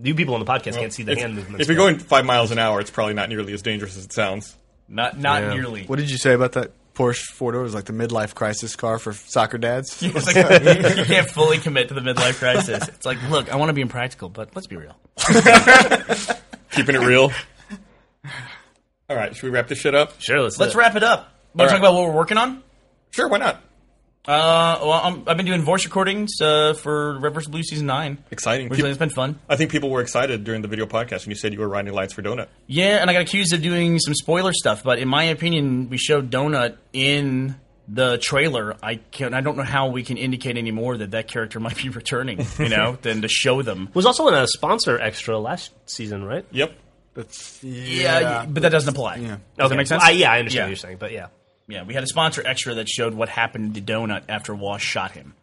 You people on the podcast can't see the hand movements. If you're but- going five miles an hour, it's probably not nearly as dangerous as it sounds. not not Yeah. nearly. What did you say about that Porsche four door? It was like the midlife crisis car for [laughs] soccer dads. It's like, you can't fully commit to the midlife crisis. It's like, look, I want to be impractical, but let's be real. Keeping it real. All right, should we wrap this shit up? sure, let's Let's wrap it up. Want to All talk right. about what we're working on? Sure, why not? Uh, well, I'm, I've been doing voice recordings uh, for Reverse Blue season nine. Exciting. Which Peop- has been fun. I think people were excited during the video podcast when you said you were riding lights for Donut. Yeah, and I got accused of doing some spoiler stuff, but in my opinion, we showed Donut in the trailer. I can I don't know how we can indicate anymore that that character [laughs] might be returning. You know, than to show them. was also in a sponsor extra last season, right? Yep. That's Yeah, but that doesn't apply. Yeah. Does that make sense? I, yeah, I understand Yeah. what you're saying, but yeah. Yeah, we had a sponsor extra that showed what happened to Donut after Wash shot him.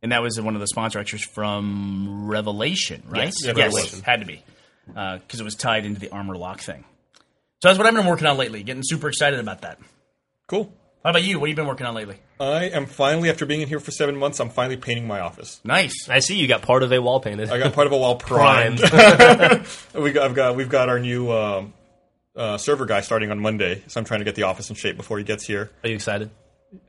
And that was one of the sponsor extras from Revelation, right? Yes, Yeah, Revelation. had to be. Because it was tied into the armor lock thing. So that's what I've been working on lately, getting super excited about that. Cool. How about you? What have you been working on lately? I am finally, after being in here for seven months, I'm finally painting my office. Nice. I see you got part of a wall painted. I got part of a wall primed. [laughs] primed. we got, I've got, we've got our new um, uh, server guy starting on Monday, so I'm trying to get the office in shape before he gets here. [laughs] Are you excited?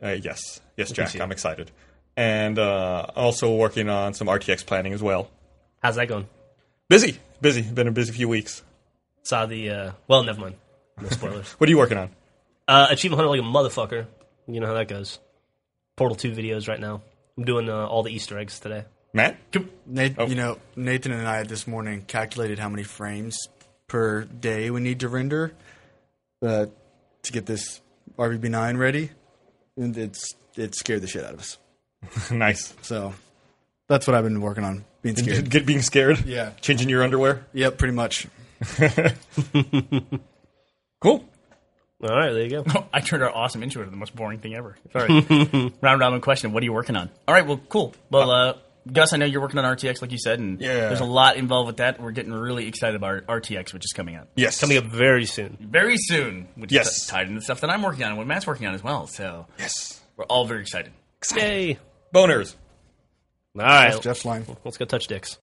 Uh, yes, yes, Jack, I'm excited, and uh, also working on some RTX planning as well. How's that going? Busy, busy. Been a busy few weeks. Saw the, uh, well, never mind. No [laughs] spoilers. What are you working on? uh, Achievement Hunter like a motherfucker. You know how that goes. Portal 2 videos right now. I'm doing uh, all the Easter eggs today. Matt, Nate, you know, Nathan and I this morning calculated how many frames per day we need to render uh, to get this RVB9 ready, and it's it scared the shit out of us. nice. So that's what I've been working on, being scared. Get being scared. Yeah. Changing your underwear. yep, pretty much. Cool. All right, there you go. [laughs] I turned our awesome intro into the most boring thing ever. Sorry. Round robin question. What are you working on? All right. Well, cool. Well, uh, Gus, I know you're working on RTX, like you said, and Yeah. there's a lot involved with that. We're getting really excited about our RTX, which is coming out. Yes. Coming up very soon. very soon, which Yes. is tied into the stuff that I'm working on and what Matt's working on as well. So Yes. we're all very excited. Yay. Boners. All right. Oh. Jeff's line. Let's go touch dicks.